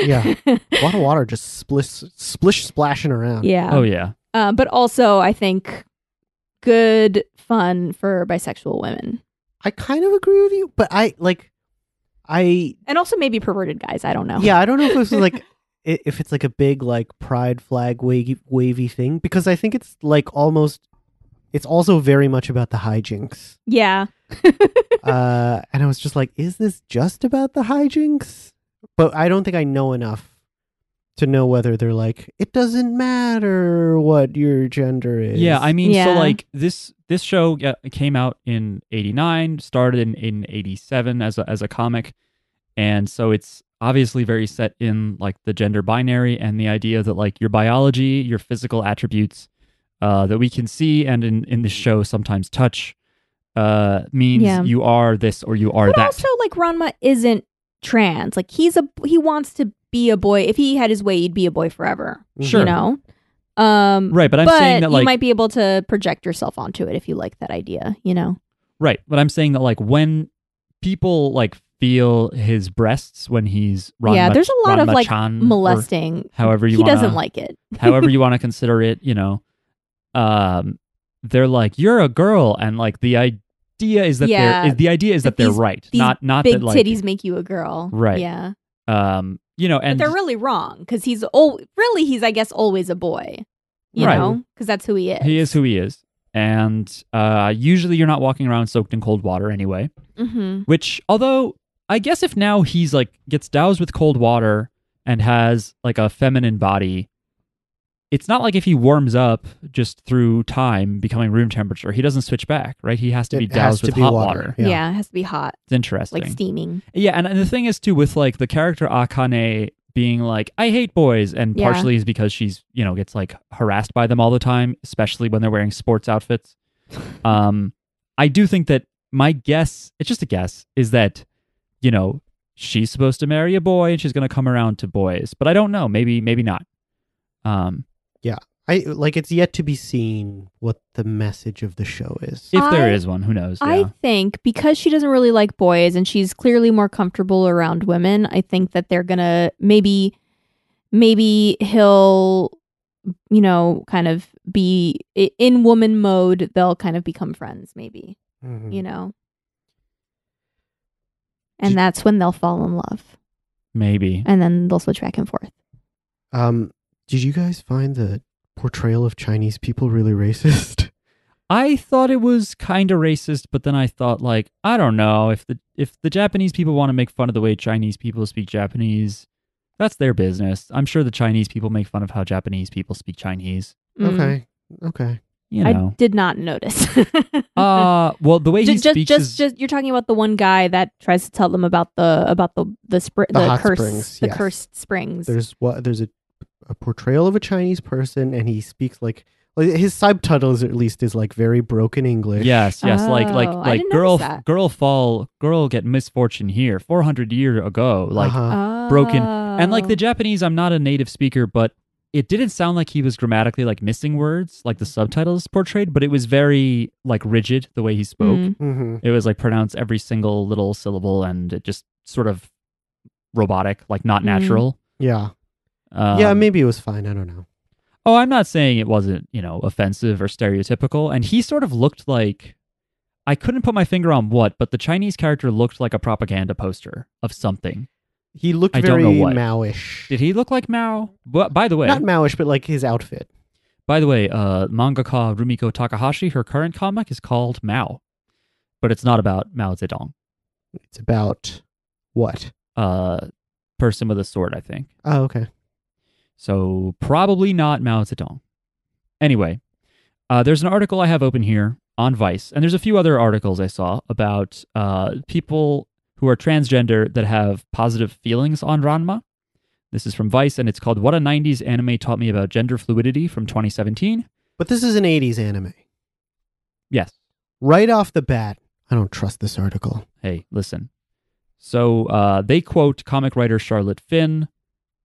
S2: Yeah. a lot of water just splish splish splashing around
S3: (laughs) Yeah.
S1: Oh, yeah.
S3: Uh, but also, I think good fun for bisexual women
S2: i kind of agree with you but i like i
S3: and also maybe perverted guys. I don't know.
S2: Yeah, I don't know if this is like i- if it's like a big like pride flag wavy wavy thing because I think it's like almost it's also very much about the hijinks.
S3: Yeah.
S2: uh, and I was just like, is this just about the hijinks? But I don't think I know enough to know whether they're like, it doesn't matter what your gender is.
S1: Yeah, I mean, so
S3: Yeah.
S1: like this this show yeah, it came out in '89, started in in '87 as a as a comic, and so it's obviously very set in like the gender binary and the idea that like your biology, your physical attributes uh, that we can see and in in this show sometimes touch uh, means
S3: Yeah.
S1: you are this or you are
S3: But
S1: that.
S3: also, like Ranma isn't trans. Like he's a he wants to be a boy. If he had his way, he'd be a boy forever.
S2: Mm-hmm.
S1: Sure.
S3: You know. Um.
S1: right, but I'm
S3: but
S1: saying that
S3: you
S1: like
S3: might be able to project yourself onto it if you like that idea. You know.
S1: Right. But I'm saying that like when people like feel his breasts when he's Ranma,
S3: yeah. There's a lot of like
S1: Ranma-chan Mm, or
S3: molesting.
S1: however you
S3: he
S1: wanna,
S3: doesn't like it.
S1: however you want to consider it, you know. Um they're like you're a girl and like the idea is that
S3: Yeah.
S1: they're is- the idea is that
S3: That
S1: they're
S3: these
S1: right.
S3: big
S1: Not not
S3: Big
S1: that like
S3: titties make you a girl.
S1: Right.
S3: Yeah.
S1: um you know
S3: But
S1: and
S3: they're really wrong because he's al- really he's I guess always a boy. You
S1: Right.
S3: know, because that's who he is.
S1: he is who he is. And uh usually you're not walking around soaked in cold water anyway.
S3: Mm-hmm.
S1: which although i guess if now he's like gets doused with cold water and has like a feminine body it's not like if he warms up just through time becoming room temperature he doesn't switch back right he has to be
S2: It has
S1: doused
S2: to
S1: with
S2: be
S1: hot water,
S2: water.
S3: Yeah.
S2: Yeah.
S3: it has to be hot,
S1: it's interesting
S3: like steaming.
S1: yeah and, and the thing is too with like the character akane being like i hate boys and
S3: Yeah.
S1: partially is because she's you know gets like harassed by them all the time especially when they're wearing sports
S3: (laughs)
S1: outfits um i do think that my guess it's just a guess is that you know she's supposed to marry a boy and she's going to come around to boys but i don't know maybe maybe not um
S2: I like it's yet to be seen what the message of the show is.
S1: if there
S3: I-
S1: is one who knows yeah
S3: I think because she doesn't really like boys and she's clearly more comfortable around women, I think that they're gonna maybe, maybe he'll, you know, kind of be i- in woman mode. They'll kind of become friends, maybe,
S1: Hmm.
S2: Mhm.
S3: you know. And
S2: Did-
S3: that's when they'll fall in love,
S1: maybe
S3: and then they'll switch back and forth.
S2: Um, did you guys find the portrayal of Chinese people really (laughs) racist?
S1: I thought it was kind of racist, but then I thought like I don't know if the if the Japanese people want to make fun of the way Chinese people speak Japanese, that's their business. I'm sure the Chinese people make fun of how Japanese people speak Chinese.
S3: Mm.
S2: Okay. Okay.
S1: You
S3: I (laughs)
S1: know,
S3: did not notice.
S1: uh well the way he
S3: just, just,
S1: speaks
S3: just,
S1: is
S3: just- you're talking about the one guy that tries to tell them about the about the the spr-
S2: The
S3: the,
S2: hot
S3: curse
S2: springs,
S3: the
S2: yes.
S3: cursed springs.
S2: There's what there's a a portrayal of a Chinese person and he speaks like well, his subtitles at least is like very broken English.
S1: yes yes like like
S3: Oh, I
S1: like
S3: didn't
S1: girl
S3: notice that.
S1: girl fall girl get misfortune here 400 year ago like
S2: Uh-huh.
S1: broken. and like the
S3: Oh.
S1: Japanese I'm not a native speaker but it didn't sound like he was grammatically like missing words like the subtitles portrayed but it was very like rigid the way he spoke.
S3: Mm.
S2: Mm-hmm.
S1: It was like pronounce every single little syllable and it just sort of robotic, like not
S3: Mm.
S1: natural.
S2: Yeah.
S1: Um,
S2: yeah, maybe it was fine. I don't know.
S1: Oh, I'm not saying it wasn't, you know, offensive or stereotypical. And he sort of looked like I couldn't put my finger on what, but the Chinese character looked like a propaganda poster of something.
S2: He looked
S1: I don't
S2: very
S1: know what.
S2: Maoish.
S1: Did he look like Mao? But by the way,
S2: Not Maoish, but like his outfit.
S1: by the way, uh, mangaka Rumiko Takahashi, her current comic is called Mao, but it's not about Mao Zedong,
S2: It's about what?
S1: uh, person with a sword, I think.
S2: Oh, okay.
S1: So probably not Mao Zedong. Anyway, uh, there's an article I have open here on Vice, and there's a few other articles I saw about uh, people who are transgender that have positive feelings on Ranma. This is from Vice, and it's called What a 90s Anime Taught Me About Gender Fluidity from 2017.
S2: But this is an 80s anime.
S1: Yes.
S2: Right off the bat, I don't trust this article.
S1: Hey, listen. So uh, they quote comic writer Charlotte Finn,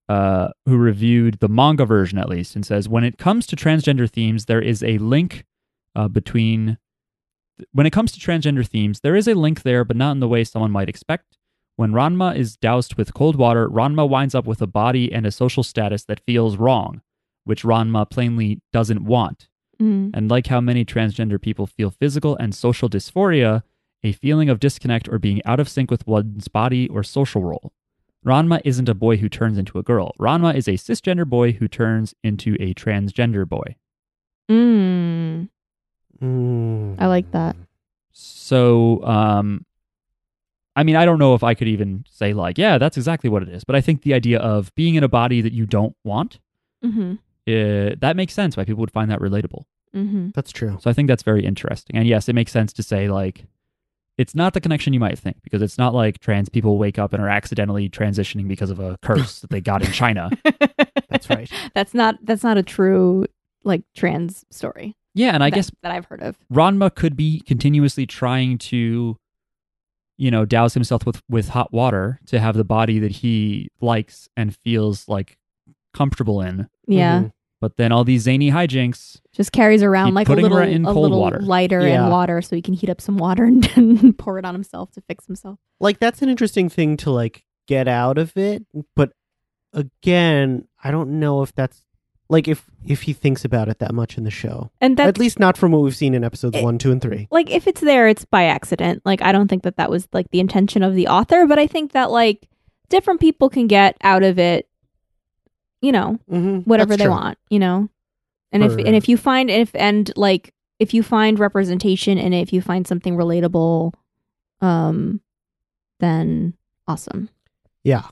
S1: uh, who reviewed the manga version at least, and says when it comes to transgender themes, there is a link uh, between. When it comes to transgender themes, there is a link there, but not in the way someone might expect. When Ranma is doused with cold water, Ranma winds up with a body and a social status that feels wrong, which Ranma plainly doesn't want.
S3: Mm.
S1: And like how many transgender people feel physical and social dysphoria, a feeling of disconnect or being out of sync with one's body or social role. Ranma isn't a boy who turns into a girl. Ranma is a cisgender boy who turns into a transgender boy.
S3: Mm.
S2: Mm.
S3: I like that.
S1: So, um, I mean, I don't know if I could even say, like, yeah, that's exactly what it is. But I think the idea of being in a body that you don't want,
S3: Mm-hmm.
S1: uh, that makes sense why people would find that relatable.
S3: Mm-hmm.
S2: That's true.
S1: So I think that's very interesting. And yes, it makes sense to say, like, it's not the connection you might think because it's not like trans people wake up and are accidentally transitioning because of a curse that they got in China.
S2: (laughs) That's right.
S3: that's not that's not a true like trans story.
S1: Yeah, and I
S3: that-
S1: guess
S3: that I've heard of.
S1: Ranma could be continuously trying to, you know, douse himself with with hot water to have the body that he likes and feels like comfortable in.
S3: (laughs) Yeah,
S2: Mhm.
S1: But then all these zany hijinks,
S3: just carries around
S1: Keep
S3: like a
S1: putting her
S3: little
S1: in
S3: a
S1: cold
S3: little
S1: water.
S3: lighter
S2: Yeah.
S3: in water so he can heat up some water (laughs) and, and pour it on himself to fix himself.
S2: Like that's an interesting thing to like get out of it, but again, I don't know if that's like if if he thinks about it that much in the show.
S3: And that's Eh.
S2: At least not from what we've seen in episodes
S3: It-
S2: 1, 2 and 3.
S3: like if it's there it's by accident like i don't think that that was like the intention of the author but i think that like different people can get out of it you know
S2: Mm-hmm.
S3: whatever they want you know and if
S2: For-
S3: and if you find if and like if you find representation in it if you find something relatable um then awesome
S2: Yeah.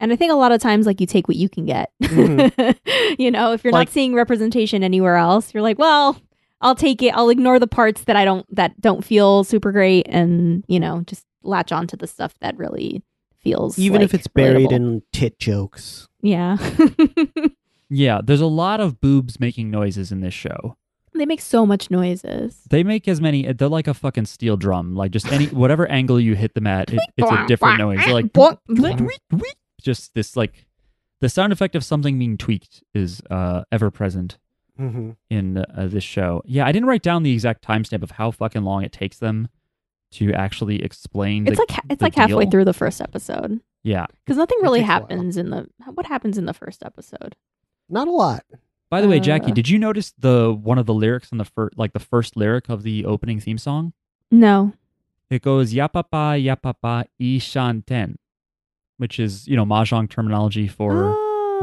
S3: and i think a lot of times like you take what you can get
S1: Mm-hmm.
S2: Mhm.
S3: (laughs) you know if you're
S2: Like-
S3: not seeing representation anywhere else you're like well i'll take it i'll ignore the parts that i don't that don't feel super great and you know just latch on to the stuff that really feels
S2: Even if
S3: like,
S2: it's buried
S3: relatable.
S2: in tit jokes.
S3: yeah (laughs)
S1: yeah, there's a lot of boobs making noises in this show.
S3: they make so much noises
S1: They make as many. They're like a fucking steel drum. Like just any whatever angle you hit them at, it, it's a different noise. They're like (laughs) just this like the sound effect of something being tweaked is uh, ever present
S2: Mm-hmm.
S1: in uh, this show. Yeah, I didn't write down the exact timestamp of how fucking long it takes them to actually explain.
S3: it's
S1: the,
S3: like ha- it's
S1: the
S3: like halfway
S1: deal.
S3: through the first episode
S1: Yeah.
S3: because nothing really
S2: takes a while.
S3: happens in the what happens in the first episode
S2: Not a
S3: (laughs)
S2: lot.
S1: By the way, Jackie,
S3: Uh.
S1: did you notice the one of the lyrics on the first, like the first lyric of the opening theme song?
S3: no
S1: It goes yapapa yapapa ishanten, which is you know mahjong terminology for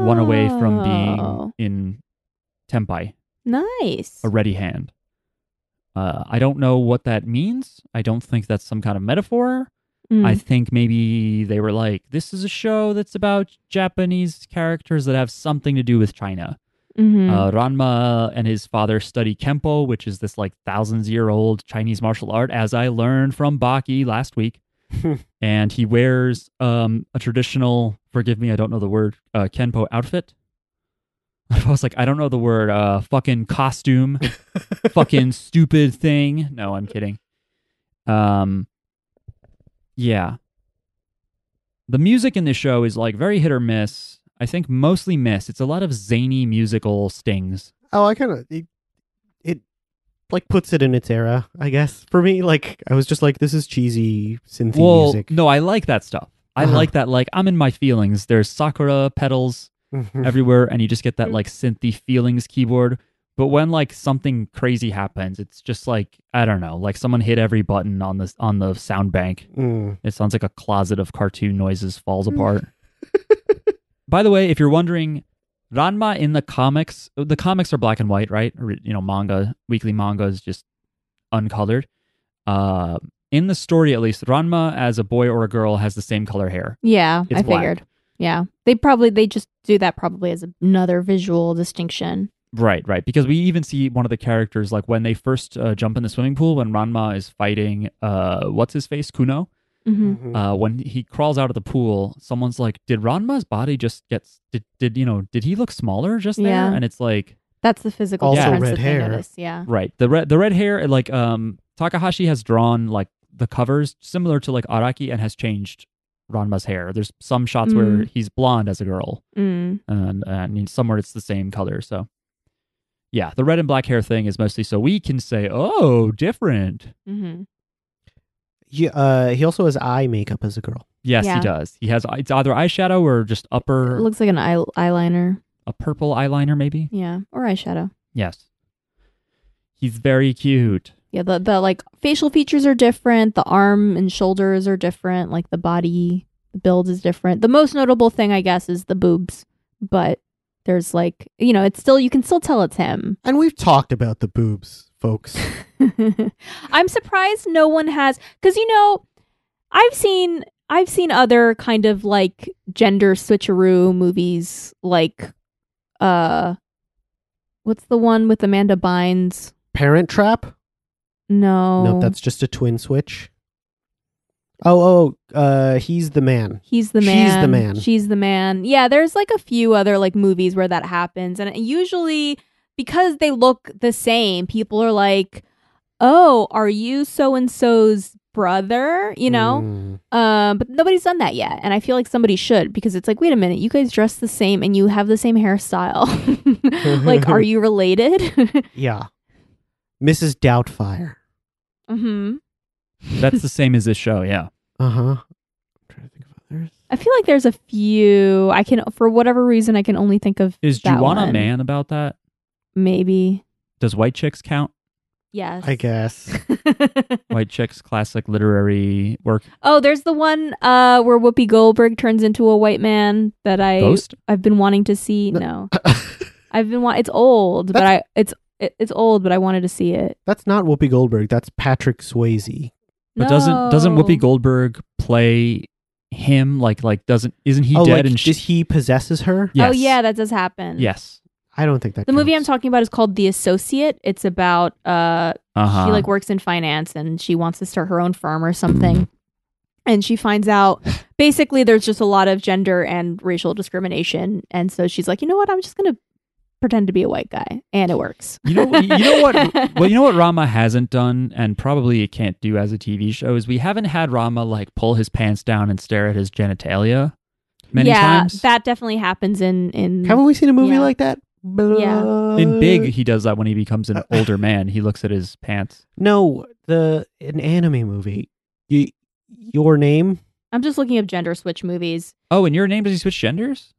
S1: one away from being
S3: Oh,
S1: in tempai,
S3: nice
S1: a ready hand. Uh, I don't know what that means. I don't think that's some kind of metaphor.
S3: Mm.
S1: I think maybe they were like, this is a show that's about Japanese characters that have something to do with China.
S3: Mhm.
S1: Uh, Ranma and his father study Kempo, which is this like thousands year old Chinese martial art, as I learned from Baki last week. and he wears um, a traditional, forgive me, I don't know the word, uh, Kenpo outfit. (laughs) I was like, I don't know the word, uh, fucking
S2: (laughs)
S1: costume, fucking stupid thing. No, I'm kidding. Um, yeah. The music in this show is like very hit or miss. I think mostly miss. It's a lot of zany musical stings.
S2: Oh, I kind of it, it like puts it in its era, I guess. For me, like I was just like, this is cheesy synth
S1: well,
S2: music.
S1: no, I like that stuff. I
S2: Uh-huh.
S1: like that. Like I'm in my feelings. There's sakura petals
S2: Mhm.
S1: everywhere, and you just get that like synthy feelings keyboard. But when like something crazy happens, it's just like I don't know, like someone hit every button on this on the sound bank.
S2: Mm.
S1: It sounds like a closet of cartoon noises falls apart. By the way, if you're wondering, Ranma in the comics, the comics are black and white, right? Or, you know, manga, weekly manga is just uncolored. Uh, in the story, at least, Ranma as a boy or a girl has the same color hair.
S3: yeah
S1: It's
S3: i
S1: black.
S3: figured yeah they probably they just do that probably as another visual distinction
S1: Right, right. Because we even see one of the characters, like when they first uh, jump in the swimming pool, when Ranma is fighting, uh, what's his face, Kuno.
S3: hmm
S2: Mhm.
S1: Uh, when he crawls out of the pool, someone's like, "Did Ranma's body just get? s- Did, did you know? Did he look smaller just there?"
S3: Yeah.
S1: And it's like,
S3: that's the physical
S2: Also
S3: difference
S2: red
S3: that
S2: hair.
S3: they notice yeah
S1: Right. The red the red hair like um Takahashi has drawn like the covers similar to like Araki and has changed Ranma's hair. There's some shots where
S3: Mm.
S1: he's blonde as a girl
S3: mm.
S1: and and in somewhere it's the same color, so yeah, the red and black hair thing is mostly so we can say, "Oh, different."
S3: hmm
S2: He, uh, he also has eye makeup as a girl.
S1: Yes,
S3: Yeah.
S1: he does. He has it's either eyeshadow or just upper
S3: looks like an eye- eyeliner
S1: a purple eyeliner maybe.
S3: yeah or eyeshadow
S1: Yes. He's very cute.
S3: Yeah, the the like facial features are different. The arm and shoulders are different. Like the body The build is different. The most notable thing, I guess, is the boobs, but there's like, you know, it's still, you can still tell it's him.
S2: And we've talked about the boobs,
S3: (laughs)
S2: folks.
S3: I'm surprised no one has cuz you know I've seen I've seen other kind of like gender switcheroo movies like uh what's the one with Amanda Bynes?
S2: Parent Trap?
S3: No.
S2: No, that's just a twin switch. Oh, oh, uh, he's the man.
S3: He's the
S2: She's the
S3: man.
S2: man.
S3: She's the man. Yeah, there's like a few other like movies where that happens and usually because they look the same, people are like, "Oh, are you so and so's brother?" you know?
S2: Mm.
S3: Um, but nobody's done that yet, and I feel like somebody should because it's like, wait a minute, you guys dress the same and you have the same hairstyle. (laughs) like, are you related? (laughs)
S2: Yeah. Mrs. Doubtfire.
S3: hmm
S1: That's the same as this show. Yeah.
S2: Uh huh. I'm trying to think of others.
S3: I feel like there's a few. I can, for whatever reason, I can only think of
S1: Is
S3: that
S1: Juana
S3: one.
S1: Man about that?
S3: Maybe
S1: Does White Chicks
S3: (laughs)
S1: count?
S3: yes.
S2: I guess.
S1: White Chicks classic literary work.
S3: (laughs) oh, there's the one uh, where Whoopi Goldberg turns into a white man that I
S1: Ghost?
S3: I've been wanting to see.
S2: No.
S3: No, I've been wa- It's old, but I it's it, it's old, but I wanted to see it.
S2: That's not Whoopi Goldberg. That's Patrick Swayze.
S1: But doesn't doesn't
S3: No.
S1: Whoopi Goldberg play him? Like like doesn't isn't he
S2: oh,
S1: dead
S2: like,
S1: and
S2: just he possesses her?
S1: Yes.
S3: Oh yeah, that does happen.
S1: Yes.
S2: I don't think that.
S3: The movie I'm
S2: counts.
S3: talking about is called The Associate. It's about uh
S1: Uh huh.
S3: she like works in finance and she wants to start her own firm or something. And she finds out basically there's just a lot of gender and racial discrimination and so she's like, "You know what? I'm just going to pretend to be a white guy." And it works.
S1: You know, you know
S3: (laughs)
S1: what? Well, you know what Rama hasn't done, and probably it can't do as a TV show is we haven't had Rama like pull his pants down and stare at his genitalia many
S3: yeah,
S1: times.
S3: that definitely happens in in
S2: Haven't we seen a movie
S3: Yeah.
S2: like that?
S3: Yeah.
S1: in Big, he does that when he becomes an
S2: Uh,
S1: older man. He looks at his pants.
S2: No, the an anime movie. You, your name.
S3: I'm just looking up gender switch movies.
S1: Oh, and your name does he switch genders?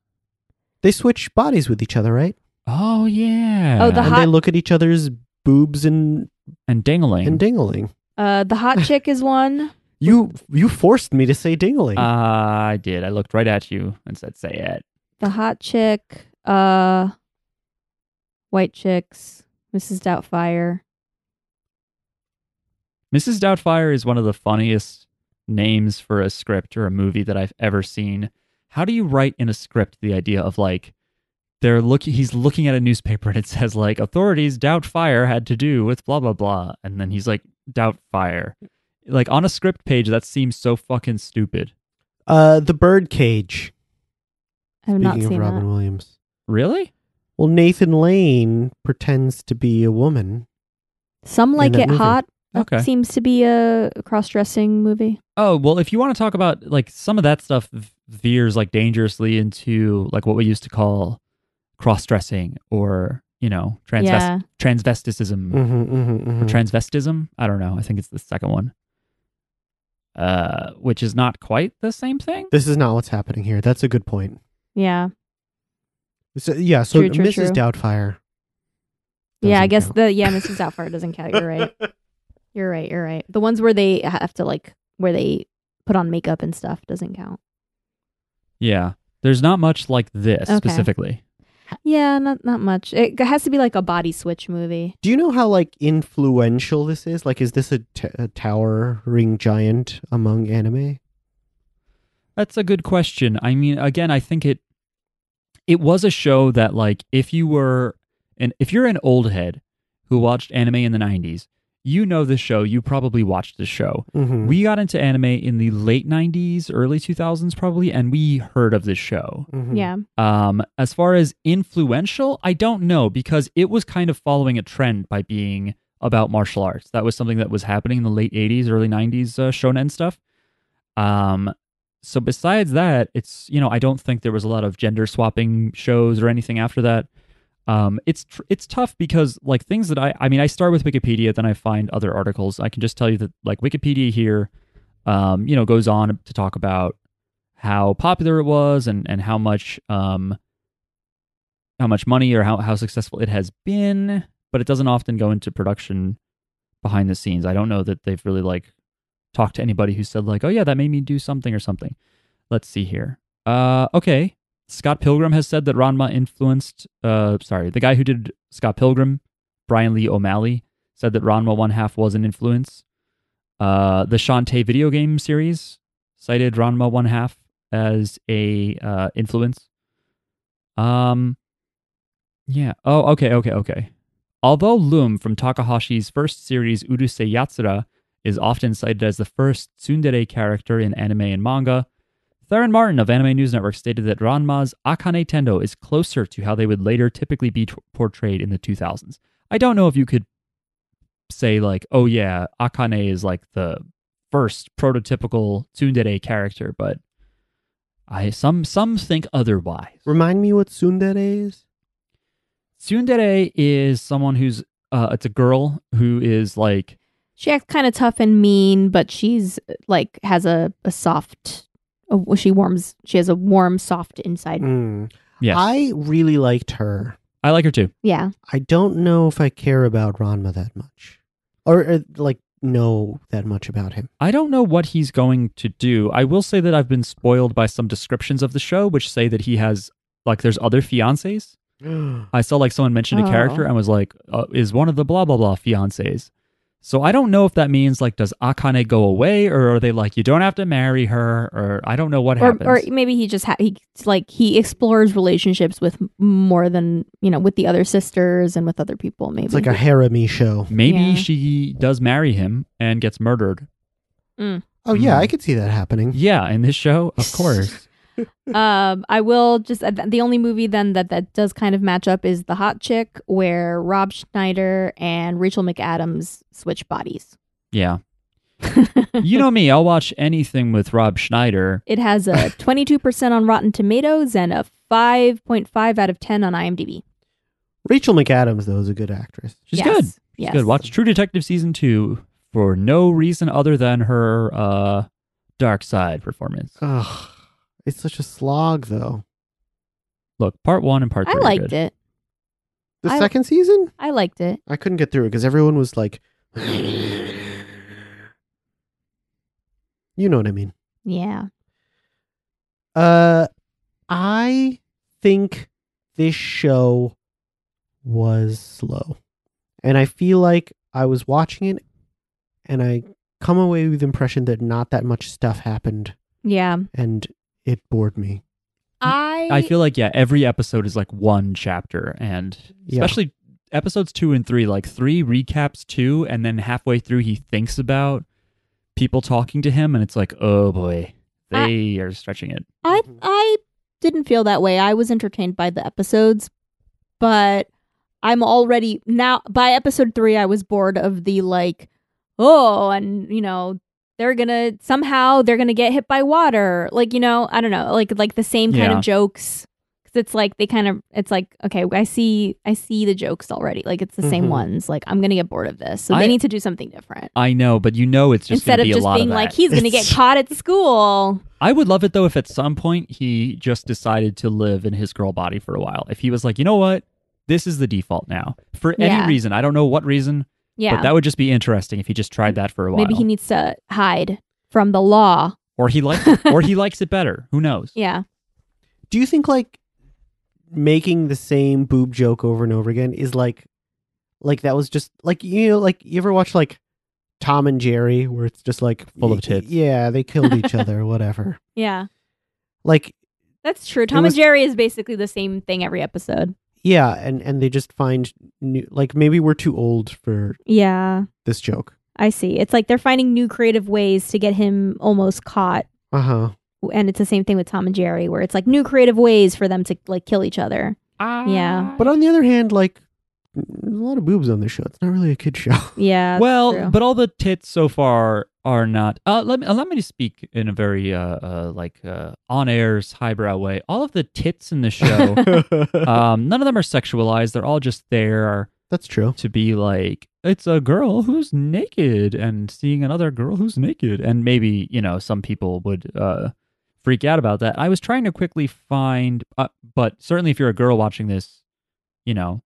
S2: They switch bodies with each other, right?
S1: Oh yeah.
S3: Oh, the
S2: and
S1: and,
S2: they
S3: hot-
S2: look at each other's boobs and
S1: and dingling.
S2: and dingling.
S3: Uh
S1: (laughs)
S3: The Hot Chick is one.
S2: You you forced me to say dingling.
S1: Ah, I did. I looked right at you and said, "Say it."
S3: The Hot Chick, uh White Chicks, Mrs. Doubtfire.
S1: Mrs. Doubtfire is one of the funniest names for a script or a movie that I've ever seen. How do you write in a script the idea of like they're looking he's looking at a newspaper and it says like authorities doubt fire had to do with blah blah blah and then he's like doubt fire. Like on a script page that seems so fucking stupid.
S2: Uh, the birdcage.
S3: I have not
S2: Speaking of
S3: seen
S2: Robin
S3: that.
S2: Williams.
S1: Really?
S2: Well, Nathan Lane pretends to be a woman.
S3: Some like
S2: that
S3: it
S2: movie.
S3: hot.
S1: Okay.
S3: Seems to be a cross-dressing movie.
S1: Oh, well, if you want to talk about like some of that stuff v- veers like dangerously into like what we used to call cross dressing or, you know, transvest-
S3: yeah.
S1: transvesticism.
S2: Mm-hmm, hmm
S1: or transvestism. I don't know. I think it's the second one, uh, which is not quite the same thing.
S2: This is not what's happening here. That's a good point.
S3: Yeah.
S2: So, yeah, so
S3: True, true,
S2: Mrs.
S3: true.
S2: Doubtfire.
S3: Yeah, I
S2: doesn't
S3: guess
S2: count.
S3: the yeah, Mrs. Doubtfire doesn't count.
S2: (laughs)
S3: You're right. You're right. You're right. The ones where they have to like where they put on makeup and stuff doesn't count.
S1: Yeah, there's not much like this
S3: Okay.
S1: specifically.
S3: Yeah, not not much. It has to be like a body switch movie.
S2: Do you know how like influential this is? Like, is this a, t- a towering giant among anime?
S1: That's a good question. I mean, again, I think it it was a show that like if you were and if you're an old head who watched anime in the 90s, you know this show, you probably watched this show.
S2: Mm-hmm.
S1: We got into anime in the late 90s, early 2000s probably, and we heard of this show.
S2: Hmm. Mm-hmm.
S3: Yeah.
S1: Um, as far as influential, I don't know because it was kind of following a trend by being about martial arts. That was something that was happening in the late 80s, early 90s uh, shonen stuff. Um, so besides that, it's, you know, I don't think there was a lot of gender swapping shows or anything after that. Um, it's tr- it's tough because like things that I I mean I start with Wikipedia then I find other articles. I can just tell you that like Wikipedia here um, you know, goes on to talk about how popular it was and and how much um how much money or how how successful it has been, but it doesn't often go into production behind the scenes. I don't know that they've really like talked to anybody who said like, "Oh yeah, that made me do something or something." Let's see here. Uh, okay. Scott Pilgrim has said that Ranma influenced, uh, sorry, the guy who did Scott Pilgrim, Brian Lee O'Malley, said that Ranma One Half was an influence. Uh, the Shantae video game series cited Ranma One Half as a uh, influence. Um, yeah. Oh, okay, okay, okay. Although Loom from Takahashi's first series, Urusei Yatsura, is often cited as the first tsundere character in anime and manga, Theron Martin of Anime News Network stated that Ranma's Akane Tendo is closer to how they would later typically be t- portrayed in the 2000s. I don't know if you could say like, oh yeah, Akane is like the first prototypical tsundere character, but I some some think otherwise.
S2: Remind me what tsundere is?
S1: Tsundere is someone who's uh, it's a girl who is like
S3: She acts kind of tough and mean, but she's like has a, a soft. A, she warms. She has a warm, soft inside.
S2: Mm.
S1: yes. I,
S2: I really liked her.
S1: like her too.
S3: Yeah,
S2: I don't know if I care about Ranma that much, or, or like know that much about (gasps) him.
S1: I don't know what he's going to do. I will say that I've been spoiled by some descriptions of the show which say that he has like there's other fiancés. I saw like someone mentioned a
S3: Oh.
S1: character and was like uh, is one of the blah blah blah fiancés. So I don't know if that means like does Akane go away or are they like you don't have to marry her or I don't know what
S3: or e-,
S1: happens.
S3: or maybe he just ha- he like he explores relationships with m- more than you know with the other sisters and with other people. Maybe
S2: It's like a harem show.
S1: Maybe
S3: Yeah.
S1: she does marry him and gets murdered.
S2: Oh yeah,
S1: Mm.
S2: I could see that happening.
S1: Yeah, in this show, of course.
S2: (laughs)
S3: Um, I will just uh, th- the only movie then that that does kind of match up is The Hot Chick, where Rob Schneider and Rachel McAdams switch bodies. (laughs)
S1: yeah. You know me, I'll watch anything with Rob Schneider.
S3: It
S2: (laughs)
S3: has a 22% on Rotten Tomatoes and a 5.5 out of 10 on IMDb.
S2: Rachel McAdams though is a good actress.
S1: She's
S3: Yes.
S1: good. She's
S3: Yes.
S1: good. Watch True Detective season 2 for no reason other than her uh dark side performance.
S2: Ugh, it's such a slog though.
S1: Look, part 1 and part 3.
S3: I
S1: are
S3: liked
S1: good.
S3: it.
S2: The
S3: I-
S2: second season,
S3: I liked it.
S2: I couldn't get through it because everyone was like, (sighs) you know what I mean.
S3: Yeah.
S2: Uh, I think this show was slow, and I feel like I was watching it, and I come away with the impression that not that much stuff happened,
S3: Yeah.
S2: and it bored me.
S3: I
S1: I feel like yeah, every episode is like one chapter and
S2: Yeah.
S1: especially episodes 2 and 3, like 3 recaps 2 and then halfway through he thinks about people talking to him and it's like, "Oh boy. They are stretching it."
S3: I I didn't feel that way. I was entertained by the episodes, but I'm already now by episode 3 I was bored of the like oh and you know they're going to somehow they're going to get hit by water. Like, you know, I don't know, like like the same kind
S1: Yeah.
S3: of jokes cuz it's like they kind of it's like okay, I see I see the jokes already. Like it's the same
S2: Mhm.
S3: ones. Like I'm going to get bored of this. So
S1: I-
S3: they need to do something different.
S1: I know, but you know it's just
S3: Instead
S1: gonna
S3: of
S1: be a
S3: just
S1: lot
S3: being
S1: of that.
S3: like
S1: (laughs)
S3: he's going to get
S2: It's-
S3: caught at school.
S1: I would love it though if at some point he just decided to live in his girl body for a while. If he was like, you know what, this is the default now for
S3: Yeah.
S1: any reason. I don't know what reason, (laughs)
S3: Yeah.
S1: but that would just be interesting if he just tried that for a while.
S3: Maybe he needs to hide from the law.
S1: or he likes, it, or he likes it better. Who knows?
S3: Yeah.
S2: Do you think like making the same boob joke over and over again is like, like that was just like you know like you ever watch like Tom and Jerry where it's just like
S1: Full of
S2: y-
S1: tits.
S2: Yeah, they killed each
S1: (laughs)
S2: other, whatever.
S3: Yeah.
S2: Like
S3: That's true. Tom
S2: was-
S3: and Jerry is basically the same thing every episode.
S2: Yeah, and and they just find new like maybe we're too old for
S3: Yeah.
S2: this joke.
S3: I see. It's like they're finding new creative ways to get him almost caught.
S2: Uh huh.
S3: And it's the same thing with Tom and Jerry, where it's like new creative ways for them to like kill each other. (laughs) Yeah.
S2: But on the other hand, like there's a lot of boobs on this show. It's not really a kid
S3: (laughs)
S2: show.
S1: Ah.
S3: Yeah.
S1: Uh,
S3: that's
S1: well,
S3: true.
S1: but all the tits so far are not. Uh, let me allow me to speak in a very uh, uh like uh, on airs highbrow way. All of the tits in the
S3: (laughs)
S1: show,
S3: Uh,
S1: um, none of them are sexualized. They're all just there.
S2: That's true.
S1: to be like it's a girl who's naked and seeing another girl who's naked and maybe you know some people would uh freak out about that i was trying to quickly find uh, but certainly if you're a girl watching this you know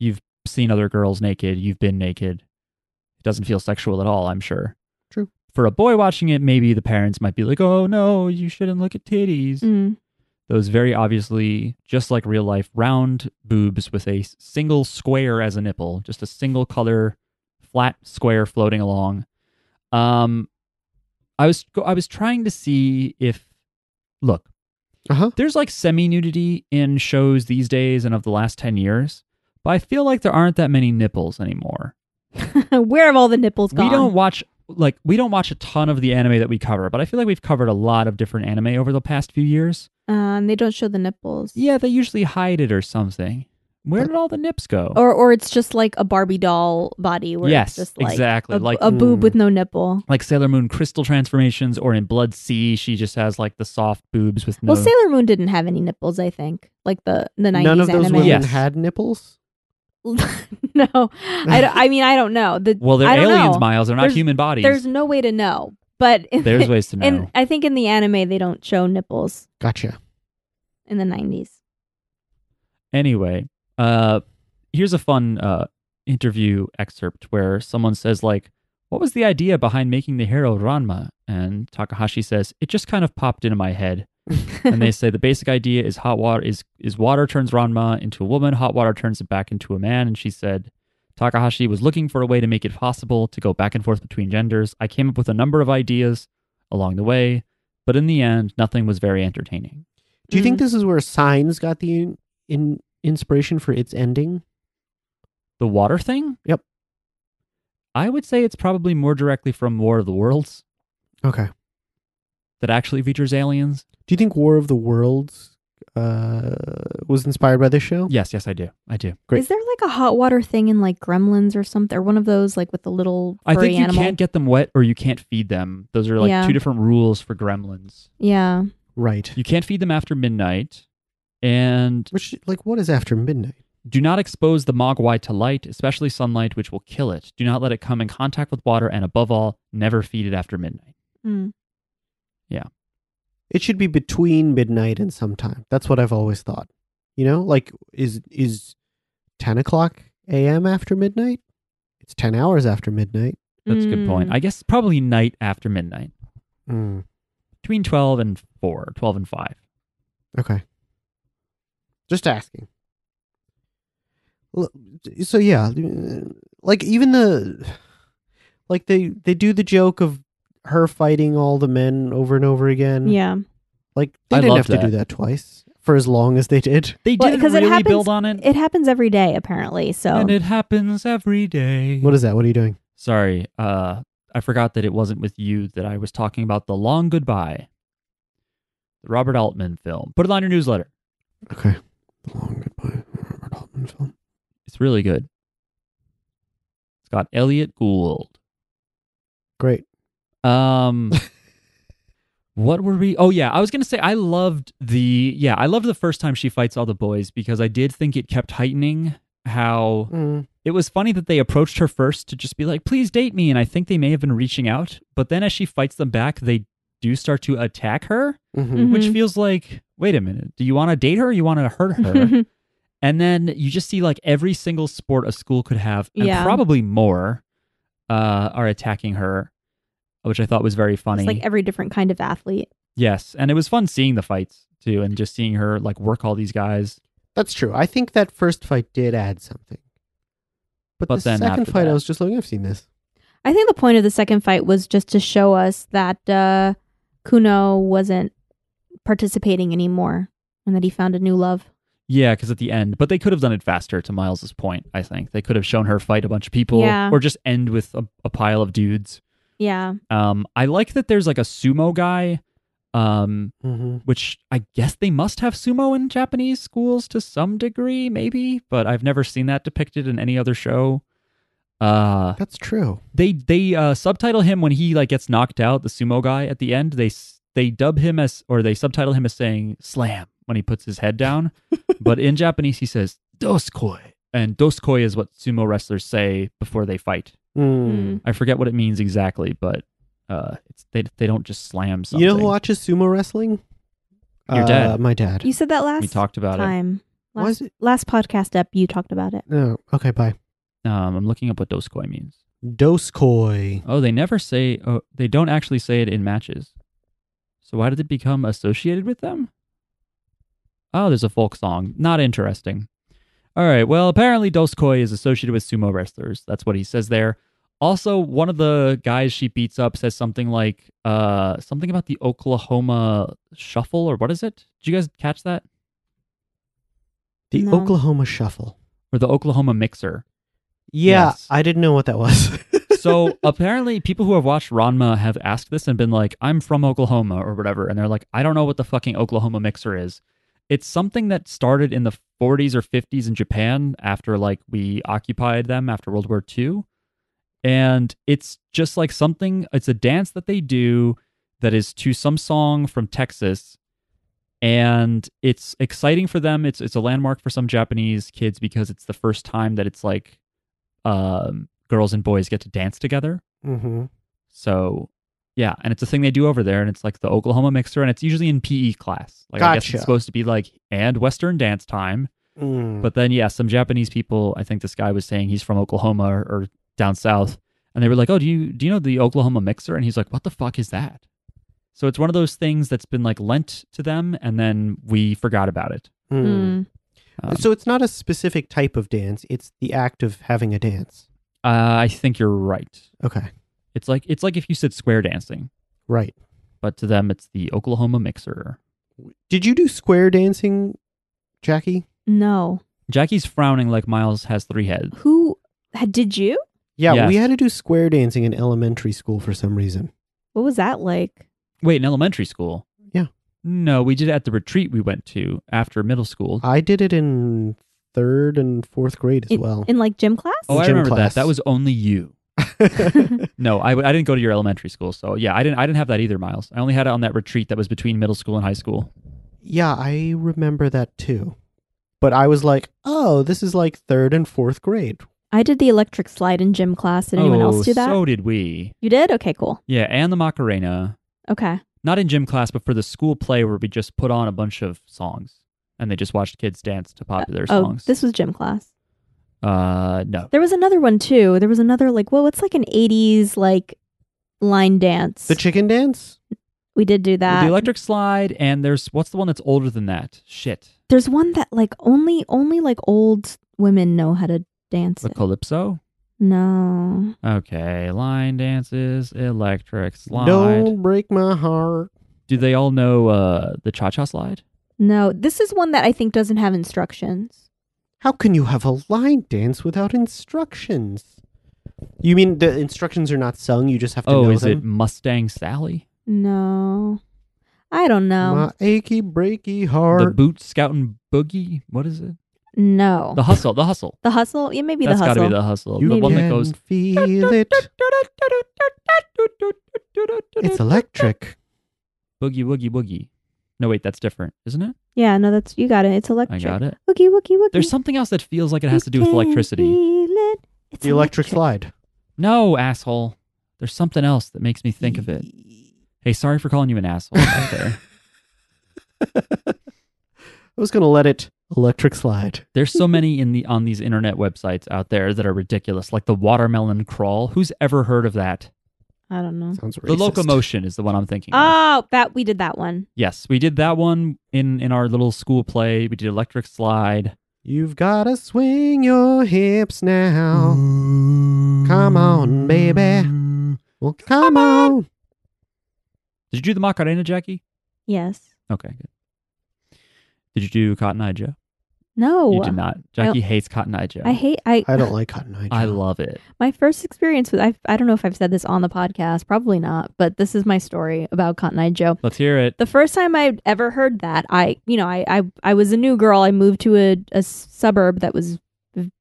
S1: you've seen other girls naked you've been naked it doesn't feel sexual at all i'm sure
S2: True.
S1: for a boy watching it, maybe the parents might be like, "Oh no, you shouldn't look at titties."
S3: Mm. (laughs)
S1: Those very obviously, just like real life, round boobs with a s- single square as a nipple, just a single color, flat square floating along. Um, I was go- I was trying to see if, look,
S2: Uh huh.
S1: there's like semi nudity in shows these days and of the last ten years, but I feel like there aren't that many nipples anymore.
S3: Where have all the nipples gone?
S1: We don't watch like we don't watch a ton of the anime that we cover, but I feel like we've covered a lot of different anime over the past few years.
S3: Uh, and they don't show the nipples.
S1: Yeah, they usually hide it or something. Where did all the nips go?
S3: Or or it's just like a Barbie doll body where
S1: Yes,
S3: it's just like
S1: exactly,
S3: a,
S1: like-
S3: a boob
S2: Mm.
S3: with no nipple.
S1: like Sailor Moon crystal transformations, or in Blood Sea, she just has like the soft boobs with no.
S3: Well, Sailor Moon didn't have any nipples, I think. Like the the 90s
S2: None of those
S3: anime.
S2: women
S1: Yes.
S2: had nipples.
S3: (laughs) no. I, don't- I mean, I don't know.
S1: (laughs)
S3: The,
S1: well, they're
S3: I don't
S1: aliens,
S3: know.
S1: Miles. They're not
S3: There's-
S1: human bodies.
S3: There's no way to know. But in (laughs)
S1: There's ways to know.
S3: and I think in the anime they don't show nipples
S2: Gotcha.
S3: in the 90s.
S1: Anyway, uh, here's a fun uh, interview excerpt where someone says, like, what was the idea behind making the hero Ranma? And Takahashi says, it just kind of popped into my head. and they say the basic idea is hot water is is water turns Ranma into a woman, hot water turns it back into a man. And she said Takahashi was looking for a way to make it possible to go back and forth between genders. I came up with a number of ideas along the way, but in the end, nothing was very entertaining.
S2: Do you
S3: Mm.
S2: think this is where Signs got the in, in inspiration for its ending?
S1: The water thing?
S2: Yep.
S1: I would say it's probably more directly from War of the Worlds
S2: Okay.
S1: that actually features aliens.
S2: Do you think War of the Worlds uh, was inspired by this show?
S1: Yes, yes, I do. I do.
S2: Great.
S3: Is there like a hot water thing in like Gremlins or something, or one of those like with the little
S1: I
S3: furry
S1: think you
S3: animal?
S1: can't get them wet or you can't feed them. Those are like
S3: Yeah.
S1: two different rules for gremlins.
S3: Yeah,
S2: Right.
S1: You can't feed them after midnight. And
S2: Which, like, what is after midnight?
S1: do not expose the mogwai to light, especially sunlight, which will kill it. Do not let it come in contact with water. And above all, never feed it after midnight.
S3: Mm.
S2: It should be between midnight and sometime. That's what I've always thought. You know, like, is is ten o'clock a.m. after midnight? It's ten hours after midnight.
S1: That's a good point.
S3: Mm.
S1: I guess probably night after midnight,
S2: Mm,
S1: between 12 and 4, 12 and 5.
S2: okay. Just asking. L- So yeah, uh, like even the, like they they do the joke of her fighting all the men over and over again.
S3: yeah.
S2: Like they
S1: I
S2: didn't
S1: love
S2: have
S1: that.
S2: to do that twice for as long as they did.
S1: They
S3: Well,
S1: didn't
S3: 'cause it
S1: really
S3: happens-
S1: build on it.
S3: It happens every day apparently. So
S1: And it happens every day.
S2: What is that? What are you doing?
S1: Sorry, uh, I forgot that it wasn't with you that I was talking about The Long Goodbye, the Robert Altman film. Put it on your newsletter.
S2: Okay. The long goodbye. Robert Altman film.
S1: It's really good. It's got Elliot Gould.
S2: Great.
S1: Um What were we? Oh yeah, I was gonna say I loved the yeah I loved the first time she fights all the boys because I did think it kept heightening how
S2: Mm.
S1: it was funny that they approached her first to just be like please date me and I think they may have been reaching out but then as she fights them back they do start to attack her
S2: hmm
S1: which
S3: Mhm.
S1: feels like wait a minute do you want to date her or you want to hurt
S3: (laughs)
S1: her And then you just see like every single sport a school could have, and
S3: Yeah.
S1: probably more, uh, are attacking her, which I thought was very funny.
S3: it's like every different kind of athlete.
S1: yes, and it was fun seeing the fights too, and just seeing her like work all these guys.
S2: That's true. I think that first fight did add something. But,
S1: But
S2: the
S1: then
S2: second
S1: after
S2: fight,
S1: that-
S2: I was just looking. I've seen this.
S3: I think the point of the second fight was just to show us that uh, Kuno wasn't participating anymore and that he found a new love.
S1: Yeah, because at the end, but they could have done it faster. To Miles's point, I think they could have shown her fight a bunch of people,
S3: Yeah.
S1: or just end with a, a pile of dudes.
S3: Yeah.
S1: Um, I like that there's like a sumo guy, um,
S2: Mm-hmm.
S1: which I guess they must have sumo in Japanese schools to some degree, maybe, but I've never seen that depicted in any other show. Uh,
S2: That's true.
S1: they they uh, subtitle him when he like gets knocked out, the sumo guy at the end. They s- they dub him as or they subtitle him as saying slam when he puts his head
S2: (laughs)
S1: down, but in Japanese he says doskoi, and doskoi is what sumo wrestlers say before they fight.
S3: Hmm.
S2: Mm.
S1: I forget what it means exactly, but uh, it's they they don't just slam something.
S2: You know who watches sumo wrestling?
S1: Your
S2: uh,
S1: dad.
S2: My dad.
S3: You said that last
S1: we talked about it.
S3: time.
S2: Why is
S3: Last,
S2: it?
S3: last podcast up, you talked about it.
S2: No. Okay. Bye.
S1: Um, I'm looking up what doskoi means.
S2: Doskoi.
S1: Oh, they never say. Oh, they don't actually say it in matches. So why did it become associated with them? Oh, there's a folk song. Not interesting. All right. Well, apparently Doskoi is associated with sumo wrestlers. That's what he says there. Also, one of the guys she beats up says something like uh, something about the Oklahoma shuffle or what is it? Did you guys catch that?
S2: The
S3: No.
S2: Oklahoma Shuffle.
S1: Or the Oklahoma mixer?
S2: Yeah,
S1: Yes.
S2: I didn't know what that was. (laughs)
S1: so apparently people who have watched Ranma have asked this and been like, I'm from Oklahoma or whatever. And they're like, I don't know what the fucking Oklahoma mixer is. It's something that started in the 40s or 50s in Japan after like we occupied them after World War II. And it's just like something, it's a dance that they do that is to some song from Texas. And it's exciting for them. It's it's a landmark for some Japanese kids because it's the first time that it's like um, girls and boys get to dance together.
S2: mm-hmm.
S1: So yeah, and it's a thing they do over there, and it's like the Oklahoma mixer, and it's usually in PE class. Like I guess
S2: Gotcha.
S1: it's supposed to be like and Western dance time,
S2: Mm.
S1: but then yeah, some Japanese people. I think this guy was saying he's from Oklahoma or, or down south, and they were like, "Oh, do you do you know the Oklahoma mixer?" And he's like, "What the fuck is that?" So it's one of those things that's been like lent to them, and then we forgot about it.
S3: Mm.
S1: Um,
S2: so it's not a specific type of dance. It's the act of having a dance.
S1: uh, I think you're right.
S2: Okay.
S1: It's like it's like if you said square dancing,
S2: Right.
S1: but to them it's the Oklahoma mixer.
S2: Did you do square dancing, Jackie?
S3: No.
S1: Jackie's frowning like Miles has three heads.
S3: Who did you?
S2: Yeah, we
S1: Yes.
S2: had to do square dancing in elementary school for some reason.
S3: What was that like?
S1: Wait, in elementary school?
S2: Yeah.
S1: No, we did it at the retreat we went to after middle school.
S2: I did it in third and fourth grade as
S3: In,
S2: well.
S3: in like gym class?
S1: oh, I
S2: gym
S1: remember
S2: class.
S1: that. That was only you. (laughs) No, I, I didn't go to your elementary school, so yeah, I didn't I didn't have that either, Miles. I only had it on that retreat that was between middle school and high school.
S2: (laughs) yeah, I remember that too. But I was like, oh, this is like third and fourth grade.
S3: I did the electric slide in gym class. Did anyone
S1: Oh,
S3: else do that?
S1: So did we.
S3: you did? Okay, cool.
S1: Yeah, and the Macarena.
S3: Okay.
S1: Not in gym class, but for the school play where we just put on a bunch of songs and they just watched kids dance to popular
S3: oh,
S1: songs.
S3: this was gym class.
S1: uh no.
S3: There was another one too. There was another like well, it's like an '80s like line dance.
S2: The chicken dance?
S3: we did do that.
S1: the electric slide and there's what's the one that's older than that? Shit.
S3: There's one that like only only like old women know how to dance.
S1: The
S3: It.
S1: Calypso?
S3: No,
S1: Okay, line dances, electric slide.
S2: Don't break my heart.
S1: Do they all know uh, the cha cha slide?
S3: no. This is one that I think doesn't have instructions.
S2: How can you have a line dance without instructions? You mean the instructions are not sung? You just have to
S1: Oh,
S2: know
S1: is it
S2: them.
S1: Mustang Sally?
S3: No, I don't know.
S2: My achy breaky
S1: The
S2: heart.
S1: boot scouting boogie? What is it?
S3: no,
S1: The hustle. The hustle.
S3: The hustle. Yeah, maybe
S1: That's
S3: the
S1: got to
S3: hustle.
S1: be the hustle.
S2: you
S1: the one
S2: can
S1: that goes.
S2: feel it. It's electric.
S1: Boogie woogie woogie. No, wait, that's different, isn't it?
S3: yeah, no, that's you got it. It's
S1: I
S3: electric.
S1: got it.
S3: Wookie, wookie, wookie.
S1: There's something else that feels like it
S3: You
S1: has to do with
S3: can
S1: electricity.
S3: feel it. It's
S2: (laughs) The electric slide.
S1: No, asshole. There's something else that makes me think of it. Hey, sorry for calling you an asshole out there.
S2: I was gonna let it electric slide.
S1: There's so many in the on these internet websites out there that are ridiculous, like the watermelon crawl. Who's ever heard of that?
S3: I don't know.
S2: Sounds racist.
S1: The locomotion is the one I'm thinking. of.
S3: Oh, that we did that one.
S1: Yes, we did that one in in our little school play. We did electric slide.
S2: You've gotta swing your hips now.
S1: Come
S2: Oh. on, baby. Well, come on.
S1: Did you do the Macarena, Jackie?
S3: Yes.
S1: Okay, good. Did you do Cotton Eye Joe?
S3: No.
S1: You did not. Jackie hates Cotton Eye Joe.
S3: Oh. I hate. I,
S2: I don't like cotton eye.
S1: I
S2: Joe.
S1: love it.
S3: my first experience with. I I don't know if I've said this on the podcast. Probably not. But this is my story about Cotton Eye Joe.
S1: Let's hear it.
S3: The first time I ever heard that, I you know I I, I was a new girl. I moved to a, a suburb that was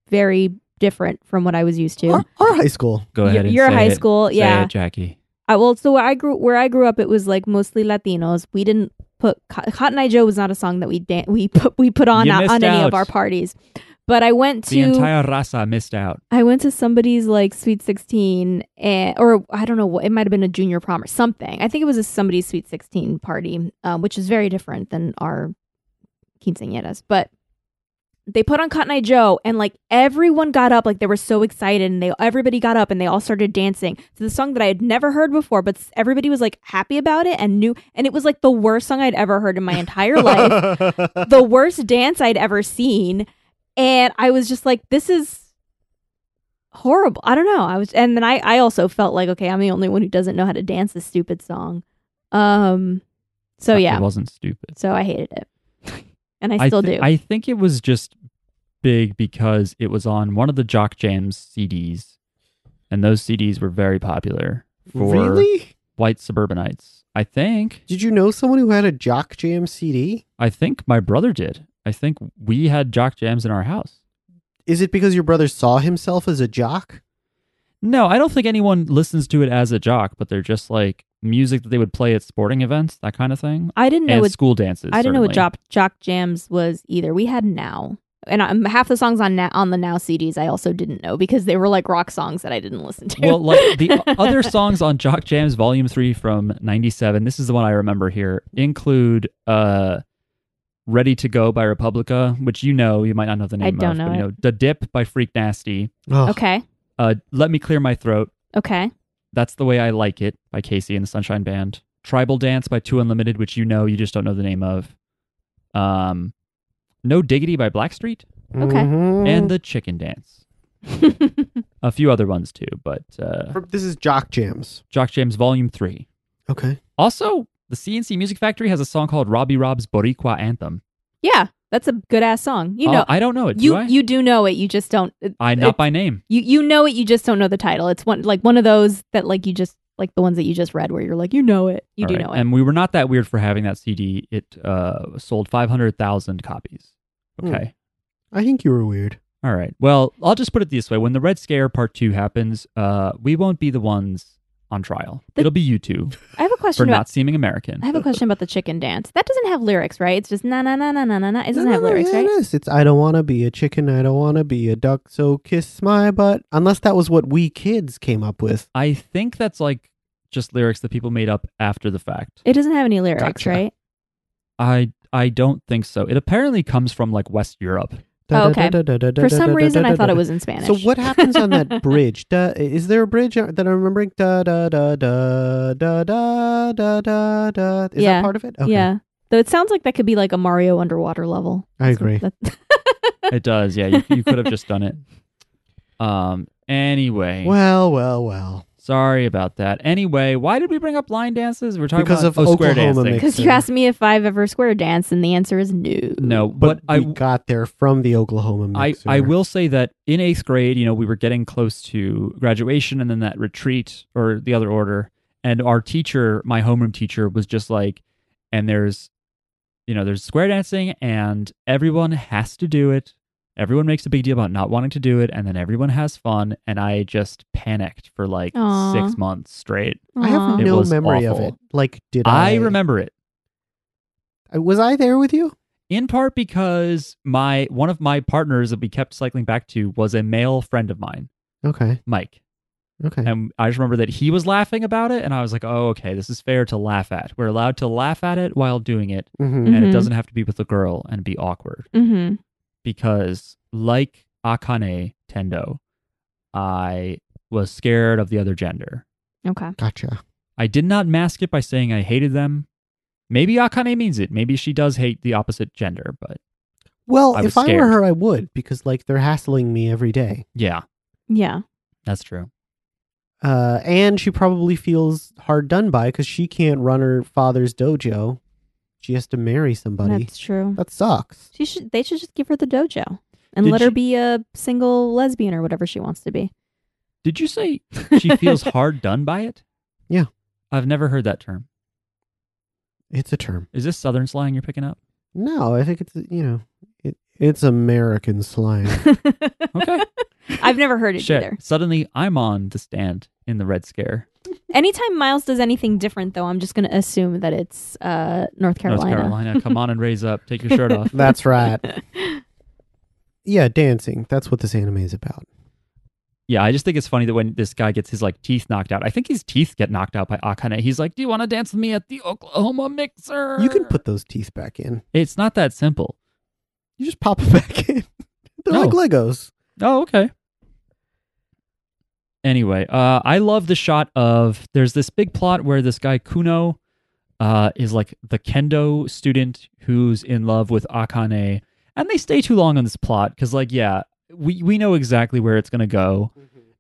S3: very different from what I was used to.
S2: Our, our high school.
S1: Go
S3: Your-
S1: ahead. and
S3: your
S1: say
S3: high
S1: it.
S3: school,
S1: Say
S3: yeah.
S1: it, Jackie.
S3: I, well, so where I grew where I grew up, it was like mostly Latinos. We didn't put Co- Cotton Eye Joe was not a song that we dan- we put we put on
S1: You
S3: on,
S1: missed
S3: on any
S1: out.
S3: of our parties. But I went to
S1: The entire raza missed out.
S3: I went to somebody's like sweet sixteen, and, or I don't know what it might have been a junior prom or something. I think it was a somebody's sweet sixteen party, um, which is very different than our quinceañeras. But they put on Cotton Eye Joe, and like everyone got up, like they were so excited, and they everybody got up and they all started dancing to the song that I had never heard before, but s- everybody was like happy about it and knew, and it was like the worst song I'd ever heard in my
S2: (laughs)
S3: entire life, the worst dance I'd ever seen, and I was just like, this is horrible. I don't know. I was, and then I I also felt like, okay, I'm the only one who doesn't know how to dance this stupid song, um, so yeah,
S1: It wasn't stupid.
S3: so I hated it, (laughs) and I still
S1: thi-
S3: do.
S1: I think it was just big because it was on one of the Jock Jams CDs, and those CDs were very popular for
S2: really?
S1: white suburbanites. I think.
S2: Did you know someone who had a Jock Jam CD?
S1: I think my brother did. I think we had Jock Jams in our house.
S2: Is it because your brother saw himself as a jock?
S1: No, I don't think anyone listens to it as a jock, but they're just like music that they would play at sporting events, that kind of thing,
S3: I didn't know
S1: and
S3: what
S1: school dances.
S3: I didn't know what
S1: certainly.
S3: jock, jock jams was either. We had now, and um, half the songs on now, on the now CDs I also didn't know because they were like rock songs that I didn't listen to. (laughs)
S1: Well, like the o- other songs on Jock Jams Volume 3 from 97, this is the one I remember here, include uh Ready to Go by Republica, which you know, you might not know the name
S3: I don't
S1: of,
S3: know
S1: but you
S3: it.
S1: know, The Dip by Freak Nasty,
S2: Ugh.
S3: okay,
S1: uh Let Me Clear My Throat,
S3: okay, (laughs)
S1: That's the Way I Like It by Casey and the Sunshine Band, Tribal Dance by Two Unlimited, which you know, you just don't know the name of. Um No Diggity by Blackstreet
S3: Okay.
S2: Mhm.
S3: Mm.
S1: and The Chicken Dance. A few other ones too, but uh
S2: For- this is Jock Jams.
S1: Jock Jams Volume 3.
S2: Okay.
S1: Also, the CNC Music Factory has a song called Robbie Rob's Boricua Anthem.
S3: yeah, that's a good ass song. You
S1: Oh,
S3: know,
S1: I don't know it. do
S3: you
S1: I?
S3: you do know it. You just don't. it-
S1: I
S3: it-
S1: not by name.
S3: you you know it. You just don't know the title. It's one like one of those that like you just like the ones that you just read where you're like you know it. You
S1: All
S3: do
S1: right.
S3: know it.
S1: And we were not that weird for having that CD. It uh, sold 500,000 copies.
S3: Hmm.
S1: Okay.
S2: I think you were weird.
S1: All right. Well, I'll just put it this way. When the Red Scare Part 2 happens, uh, we won't be the ones on trial.
S3: The-
S1: It'll be you
S3: (laughs)
S1: two
S3: I have a
S1: for
S3: question about.
S1: not seeming American.
S3: I have a question about the chicken dance. That doesn't have lyrics, right? It's just na na na na na na na. It doesn't have lyrics,
S2: yeah,
S3: right?
S2: It is. It's I don't want to be a chicken. I don't want to be a duck. So kiss my butt. Unless that was what we kids came up with.
S1: I think that's like just lyrics that people made up after the fact.
S3: It doesn't have any lyrics,
S2: Gotcha.
S3: right?
S1: I I don't think so. It apparently comes from like West Europe.
S3: Oh, okay. For some reason, I thought it was in Spanish.
S2: So what happens on
S3: (laughs)
S2: that bridge? Da, is there a bridge that I'm remembering? Da da da da da da da da da. Is that
S3: Yeah.
S2: part of it? Okay.
S3: Yeah. Though it sounds like that could be like a Mario underwater level.
S2: I agree.
S3: That- (laughs)
S1: It does. Yeah, you, you could have just done it. Um. Anyway,
S2: Well, well, well.
S1: sorry about that. Anyway, why did we bring up line dances? We're talking
S2: Because
S1: about,
S2: of
S1: oh, square
S2: Oklahoma
S1: dancing.
S2: mix.
S3: Because you asked me if I've ever square danced, and the answer is no.
S1: No,
S2: But
S1: but I
S2: we got there from the Oklahoma
S1: I
S2: mixer.
S1: I will say that in eighth grade, you know, we were getting close to graduation, and then that retreat or the other order, and our teacher, my homeroom teacher, was just like, and there's, you know, there's square dancing, and everyone has to do it. Everyone makes a big deal about not wanting to do it, and then everyone has fun, and I just panicked for like
S3: Aw.
S1: six months straight.
S2: I
S3: Aw.
S2: have
S1: It
S2: no
S1: was
S2: memory
S1: awful.
S2: of it. Like, did I? Uh,
S1: I remember it
S2: Was I there with you?
S1: in part because my one of my partners that we kept cycling back to was a male friend of mine,
S2: Okay.
S1: Mike.
S2: Okay.
S1: And I just remember that he was laughing about it, and I was like, "Oh, okay, this is fair to laugh at. We're allowed to laugh at it while doing it,
S2: hmm
S1: and it
S3: Mhm.
S1: doesn't have to be with a girl and be awkward."
S3: Mm-hmm.
S1: Because, like Akane Tendo, I was scared of the other gender.
S3: Okay.
S2: Gotcha.
S1: I did not mask it by saying I hated them. Maybe Akane means it. Maybe she does hate the opposite gender, but
S2: Well,
S1: I was
S2: if I were
S1: scared.
S2: her, I would because like they're hassling me every day.
S1: yeah,
S3: Yeah.
S1: that's true.
S2: Uh, and she probably feels hard done by because she can't run her father's dojo. She has to marry somebody.
S3: That's true.
S2: That sucks.
S3: She should. They should just give her the dojo and
S1: Did
S3: let
S1: she-
S3: her be a single lesbian or whatever she wants to be.
S1: Did you say she feels hard done by it?
S2: Yeah.
S1: I've never heard that term.
S2: It's a term.
S1: Is this Southern slang you're picking up?
S2: No, I think it's you know, it, it's American slang.
S1: (laughs) Okay.
S3: (laughs) I've never heard it either.
S1: Suddenly, I'm on the stand in the Red Scare,
S3: Anytime Miles does anything different, though, I'm just going to assume that it's uh, North Carolina.
S1: North Carolina. Come on and raise up. Take your shirt
S2: (laughs)
S1: off.
S2: That's right. Yeah, dancing. That's what this anime is about.
S1: Yeah, I just think it's funny that when this guy gets his like teeth knocked out, I think his teeth get knocked out by Akane. He's like, "Do you want to dance with me at the Oklahoma Mixer?"
S2: You can put those teeth back in.
S1: It's not that simple.
S2: You just pop them (laughs) back in. They're
S1: No.
S2: like Legos.
S1: Oh, okay. Anyway, uh, I love the shot of there's this big plot where this guy Kuno uh, is like the kendo student who's in love with Akane, and they stay too long on this plot because, like, yeah, we we know exactly where it's gonna go,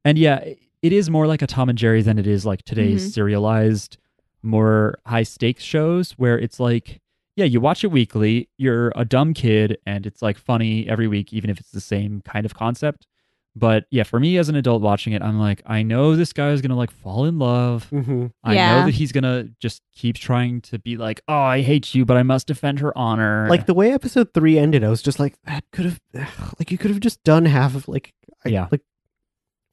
S1: and yeah, i- it is more like a Tom and Jerry than it is like today's
S3: Mhm.
S1: serialized, more high stakes shows where it's like. Yeah, you watch it weekly. You're a dumb kid, and it's like funny every week, even if it's the same kind of concept. But yeah, for me as an adult watching it, I'm like, I know this guy is gonna like fall in love.
S2: Mm-hmm.
S1: I know
S3: Yeah.
S1: that he's gonna just keep trying to be like, oh, I hate you, but I must defend her honor.
S2: Like the way episode three ended, I was just like, that could have, (sighs) like, you could have just done half of, like, I,
S1: Yeah.
S2: like,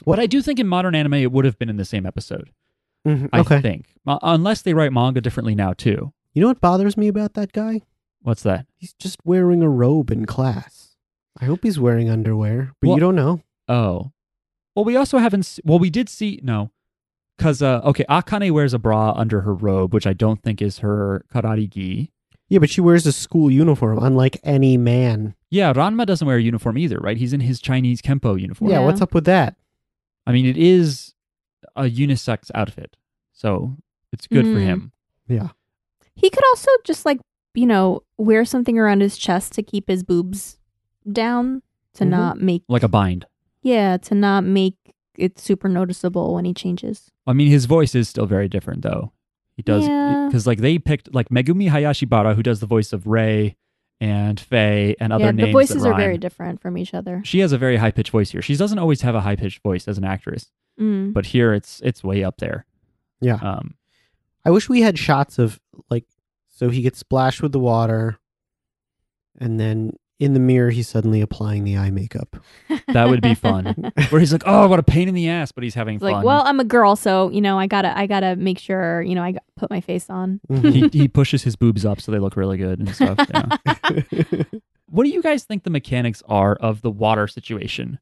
S1: but I do think in modern anime it would have been in the same episode.
S2: mhm,
S1: I
S2: okay.
S1: think, Uh, unless they write manga differently now too.
S2: You know what bothers me about that guy?
S1: What's that?
S2: He's just wearing a robe in class. I hope he's wearing underwear, but
S1: Well-
S2: you don't know.
S1: Oh, well, we also haven't. Se- well, we did see no, because uh, okay, Akane wears a bra under her robe, which I don't think is her karate gi.
S2: Yeah, but she wears a school uniform, unlike any man.
S1: Yeah, Ranma doesn't wear a uniform either, right? He's in his Chinese kempo uniform.
S2: Yeah,
S3: Yeah.
S2: what's up with that?
S1: I mean, it is a unisex outfit, so it's good for
S3: Mm.
S1: him.
S2: Yeah.
S3: He could also just like, you know, wear something around his chest to keep his boobs down to
S2: Mhm.
S3: not make
S1: Mm-hmm. Like a bind.
S3: yeah, to not make it super noticeable when he changes.
S1: I mean, his voice is still very different, though. He does
S3: Yeah.
S1: because, like, they picked like Megumi Hayashibara, who does the voice of Ray and Faye and other
S3: yeah,
S1: names.
S3: the
S1: that
S3: voices are
S1: rhyme.
S3: very different from each other.
S1: She has a very high pitched voice here. She doesn't always have a high pitched voice as an actress,
S3: Mm.
S1: but here it's it's way up there.
S2: Yeah.
S1: Um,
S2: I wish we had shots of like so he gets splashed with the water and then in the mirror he's suddenly applying the
S1: (laughs)
S2: eye makeup.
S1: that would be fun. Where he's like, "Oh, what a pain in the ass," but he's having
S3: It's
S1: fun.
S3: like, well, I'm a girl, so you know, I gotta, I gotta make sure, you know, I got- put my face on.
S2: Mhm.
S1: he, he pushes his boobs up so they look really good and stuff. yeah.
S3: (laughs)
S1: What do you guys think the mechanics are of the water situation?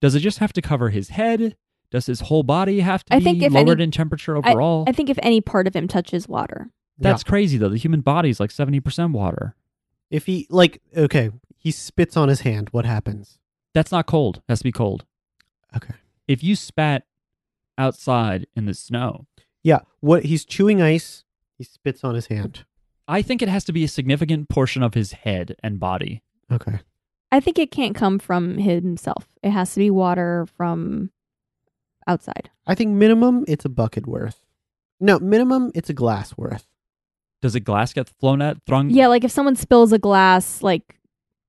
S1: Does it just have to cover his head? Does his whole body have to
S3: I
S1: be
S3: think if
S1: lowered
S3: any-
S1: in temperature overall?
S3: I think if any part of him touches water,
S1: That's crazy though. The human body is like seventy percent water.
S2: if he like okay, he spits on his hand, what happens?
S1: That's not cold. It has to be cold.
S2: Okay.
S1: If you spat outside in the snow,
S2: Yeah, what he's chewing ice, he spits on his hand.
S1: I think it has to be a significant portion of his head and body.
S2: Okay.
S3: I think it can't come from himself. It has to be water from outside.
S2: I think minimum it's a bucket worth. No, minimum it's a glass worth.
S1: Does a glass get flown at thrown?
S3: Yeah, like if someone spills a glass, like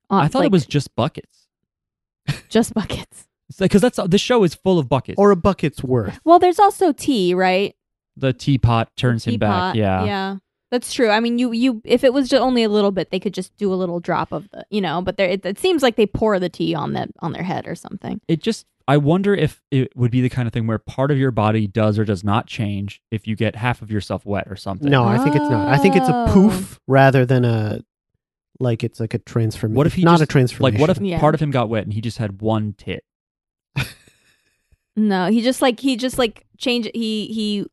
S3: on,
S1: Mm. I thought
S3: like,
S1: it was just buckets.
S3: (laughs) just buckets.
S1: Because that's this show is full of buckets.
S2: Or a bucket's worth.
S3: Well, there's also tea, right?
S1: the teapot turns him back.
S3: Teapot.
S1: Yeah.
S3: yeah, that's true. I mean, you, you, if it was just only a little bit, they could just do a little drop of the, you know. But there, it, it seems like they pour the tea on that on their head or something.
S1: It just I wonder if it would be the kind of thing where part of your body does or does not change if you get half of yourself wet or something.
S2: No, I think it's not. I think it's a
S3: Oh.
S2: poof rather than a like it's like a transformation.
S1: What if he
S2: not
S1: just-
S2: a transformation?
S1: Like what if
S2: (laughs)
S3: Yeah.
S1: part of him got wet and he just had one tit?
S3: No, he just like he just like change. He he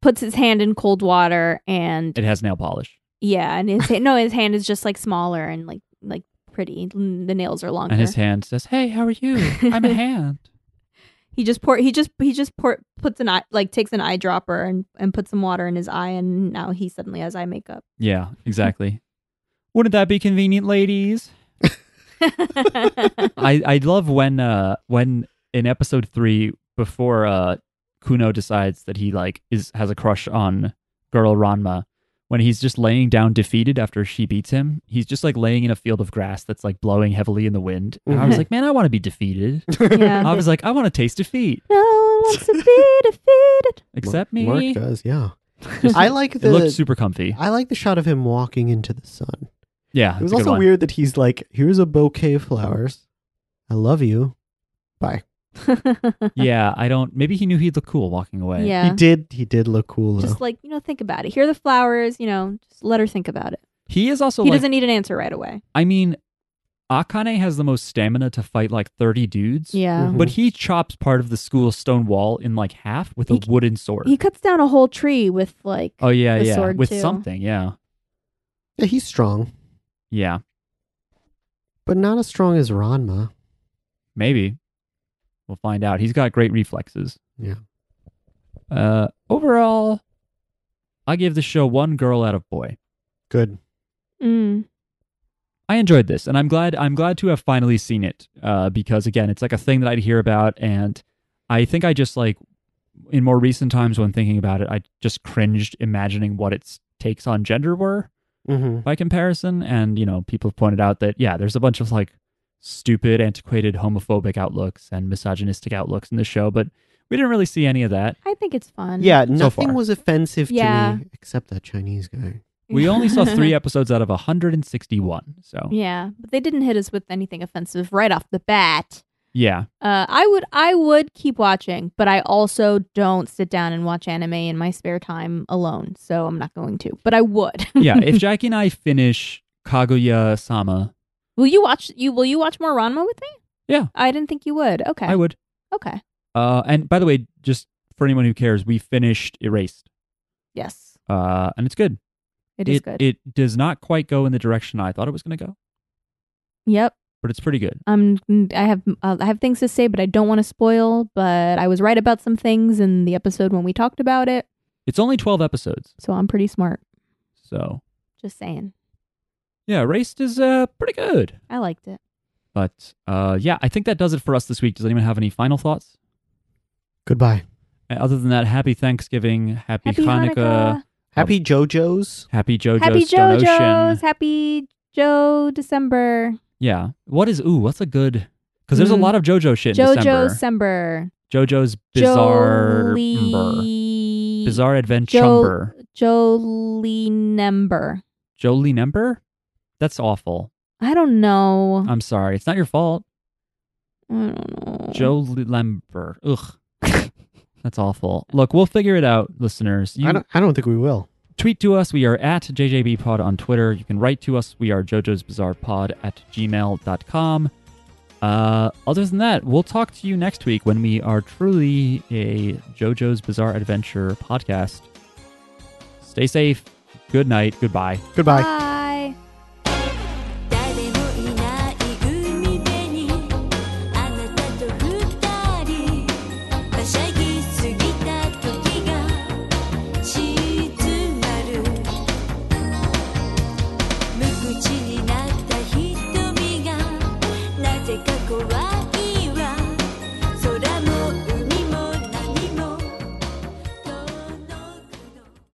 S3: puts his hand in cold water and
S1: It has nail polish.
S3: yeah, and his hand, no, his hand is just like smaller and like like pretty. N- The nails are longer.
S1: And his hand says, Hey, how are you? I'm
S3: (laughs)
S1: a hand.
S3: he just pour he just he just pour puts an eye like takes an eyedropper and and puts some water in his eye and now he suddenly has eye makeup. (laughs)
S1: Yeah, exactly. Wouldn't that be convenient, ladies? I, I love when uh when in episode three before uh Kuno decides that he like is has a crush on girl Ranma when he's just laying down defeated after she beats him he's just like laying in a field of grass that's like blowing heavily in the wind and I was
S2: Mhm.
S1: like man I want to be
S2: (laughs)
S1: defeated
S3: (laughs)
S1: (laughs)
S3: yeah.
S1: I was like I want to taste defeat
S3: No one wants to be defeated.
S1: except me
S2: Mark uh, does,
S1: (laughs)
S2: yeah.
S1: Just-
S2: I like
S1: it looked
S2: the
S1: super comfy
S2: I like the shot of him walking into the sun.
S1: yeah
S2: It was
S1: it's a good
S2: also
S1: one.
S2: weird that he's like, "Here's a bouquet of flowers. I love you." Bye.
S1: (laughs) yeah I don't maybe he knew he'd look cool walking away
S2: He
S3: yeah.
S2: did. He did look cool though.
S3: Just like, you know, think about it. Here are the flowers, you know, just let her think about it.
S1: he is also
S3: he
S1: like
S3: doesn't need an answer right away.
S1: I mean Akane has the most stamina to fight like 30 dudes
S3: Yeah.
S2: Mhm.
S1: But he chops part of the school stone wall in like half with a
S3: He-
S1: wooden sword.
S3: He cuts down a whole tree with like
S1: oh yeah,
S3: the
S1: yeah,
S3: sword,
S1: with
S3: too.
S1: something, yeah,
S2: yeah, he's strong.
S1: yeah.
S2: but not as strong as Ranma.
S1: Maybe. We'll find out. He's got great reflexes.
S2: Yeah.
S1: Uh, overall, I give the show one girl out of boy.
S2: Good.
S3: Mm.
S1: I enjoyed this, and I'm glad. I'm glad to have finally seen it uh, because again, it's like a thing that I'd hear about, and I think I just like in more recent times when thinking about it, I just cringed imagining what its takes on gender were
S2: Mm-hmm.
S1: by comparison. And you know, people have pointed out that yeah, there's a bunch of like stupid, antiquated, homophobic outlooks and misogynistic outlooks in the show, but we didn't really see any of that.
S3: I think it's fun.
S2: Yeah, nothing
S1: far.
S2: was offensive
S3: Yeah.
S2: to me except that Chinese guy.
S3: (laughs)
S1: We only saw three episodes out of 161. So
S3: yeah, but they didn't hit us with anything offensive right off the bat.
S1: yeah,
S3: Uh, I would I would keep watching, but I also don't sit down and watch anime in my spare time alone, so I'm not going to. But I would. (laughs)
S1: yeah. if Jackie and I finish Kaguya Sama,
S3: will you watch you Will you watch more Ranma with me?
S1: Yeah.
S3: I didn't think you would. Okay,
S1: I would.
S3: okay,
S1: Uh, and by the way, just for anyone who cares, we finished Erased,
S3: yes,
S1: uh, and it's good.
S3: it is good.
S1: It does not quite go in the direction I thought it was going to go,
S3: yep,
S1: but it's pretty good.
S3: I'm. I have uh, I have things to say, but I don't want to spoil. But I was right about some things in the episode when we talked about it,
S1: It's only 12 episodes,
S3: so I'm pretty smart.
S1: so
S3: Just saying,
S1: yeah, Erased is uh, pretty good.
S3: I liked it.
S1: But uh, yeah, I think that does it for us this week. Does anyone have any final thoughts?
S2: Goodbye.
S1: Uh, Other than that, happy Thanksgiving, happy,
S3: Happy
S1: Hanukkah,
S3: Hanukkah.
S2: Happy JoJo's.
S1: happy JoJo's
S3: Happy
S1: Stone Ocean.
S3: JoJo's. Happy Joe December.
S1: Yeah. What is ooh? What's a good? Because there's a
S3: Mm.
S1: lot of JoJo shit in
S3: JoJo
S1: December.
S3: December.
S1: JoJo's bizarre, number.
S3: Jolie.
S1: bizarre adventure.
S3: Jo-
S1: number.
S3: Jolie number.
S1: Jolie number. That's awful.
S3: I don't know.
S1: I'm sorry. It's not your fault.
S3: I don't know.
S1: Jolie number. Ugh. (laughs) That's awful. Look, we'll figure it out, listeners.
S2: I
S1: You
S2: don't. I don't think we will.
S1: tweet to us. We are at JJBpod on Twitter. You can write to us. We are JoJo's Bizarre Pod at gmail.com. Uh, other than that, we'll talk to you next week when we are truly a JoJo's Bizarre Adventure podcast. Stay safe. Good night. Goodbye.
S2: Goodbye.
S3: Bye.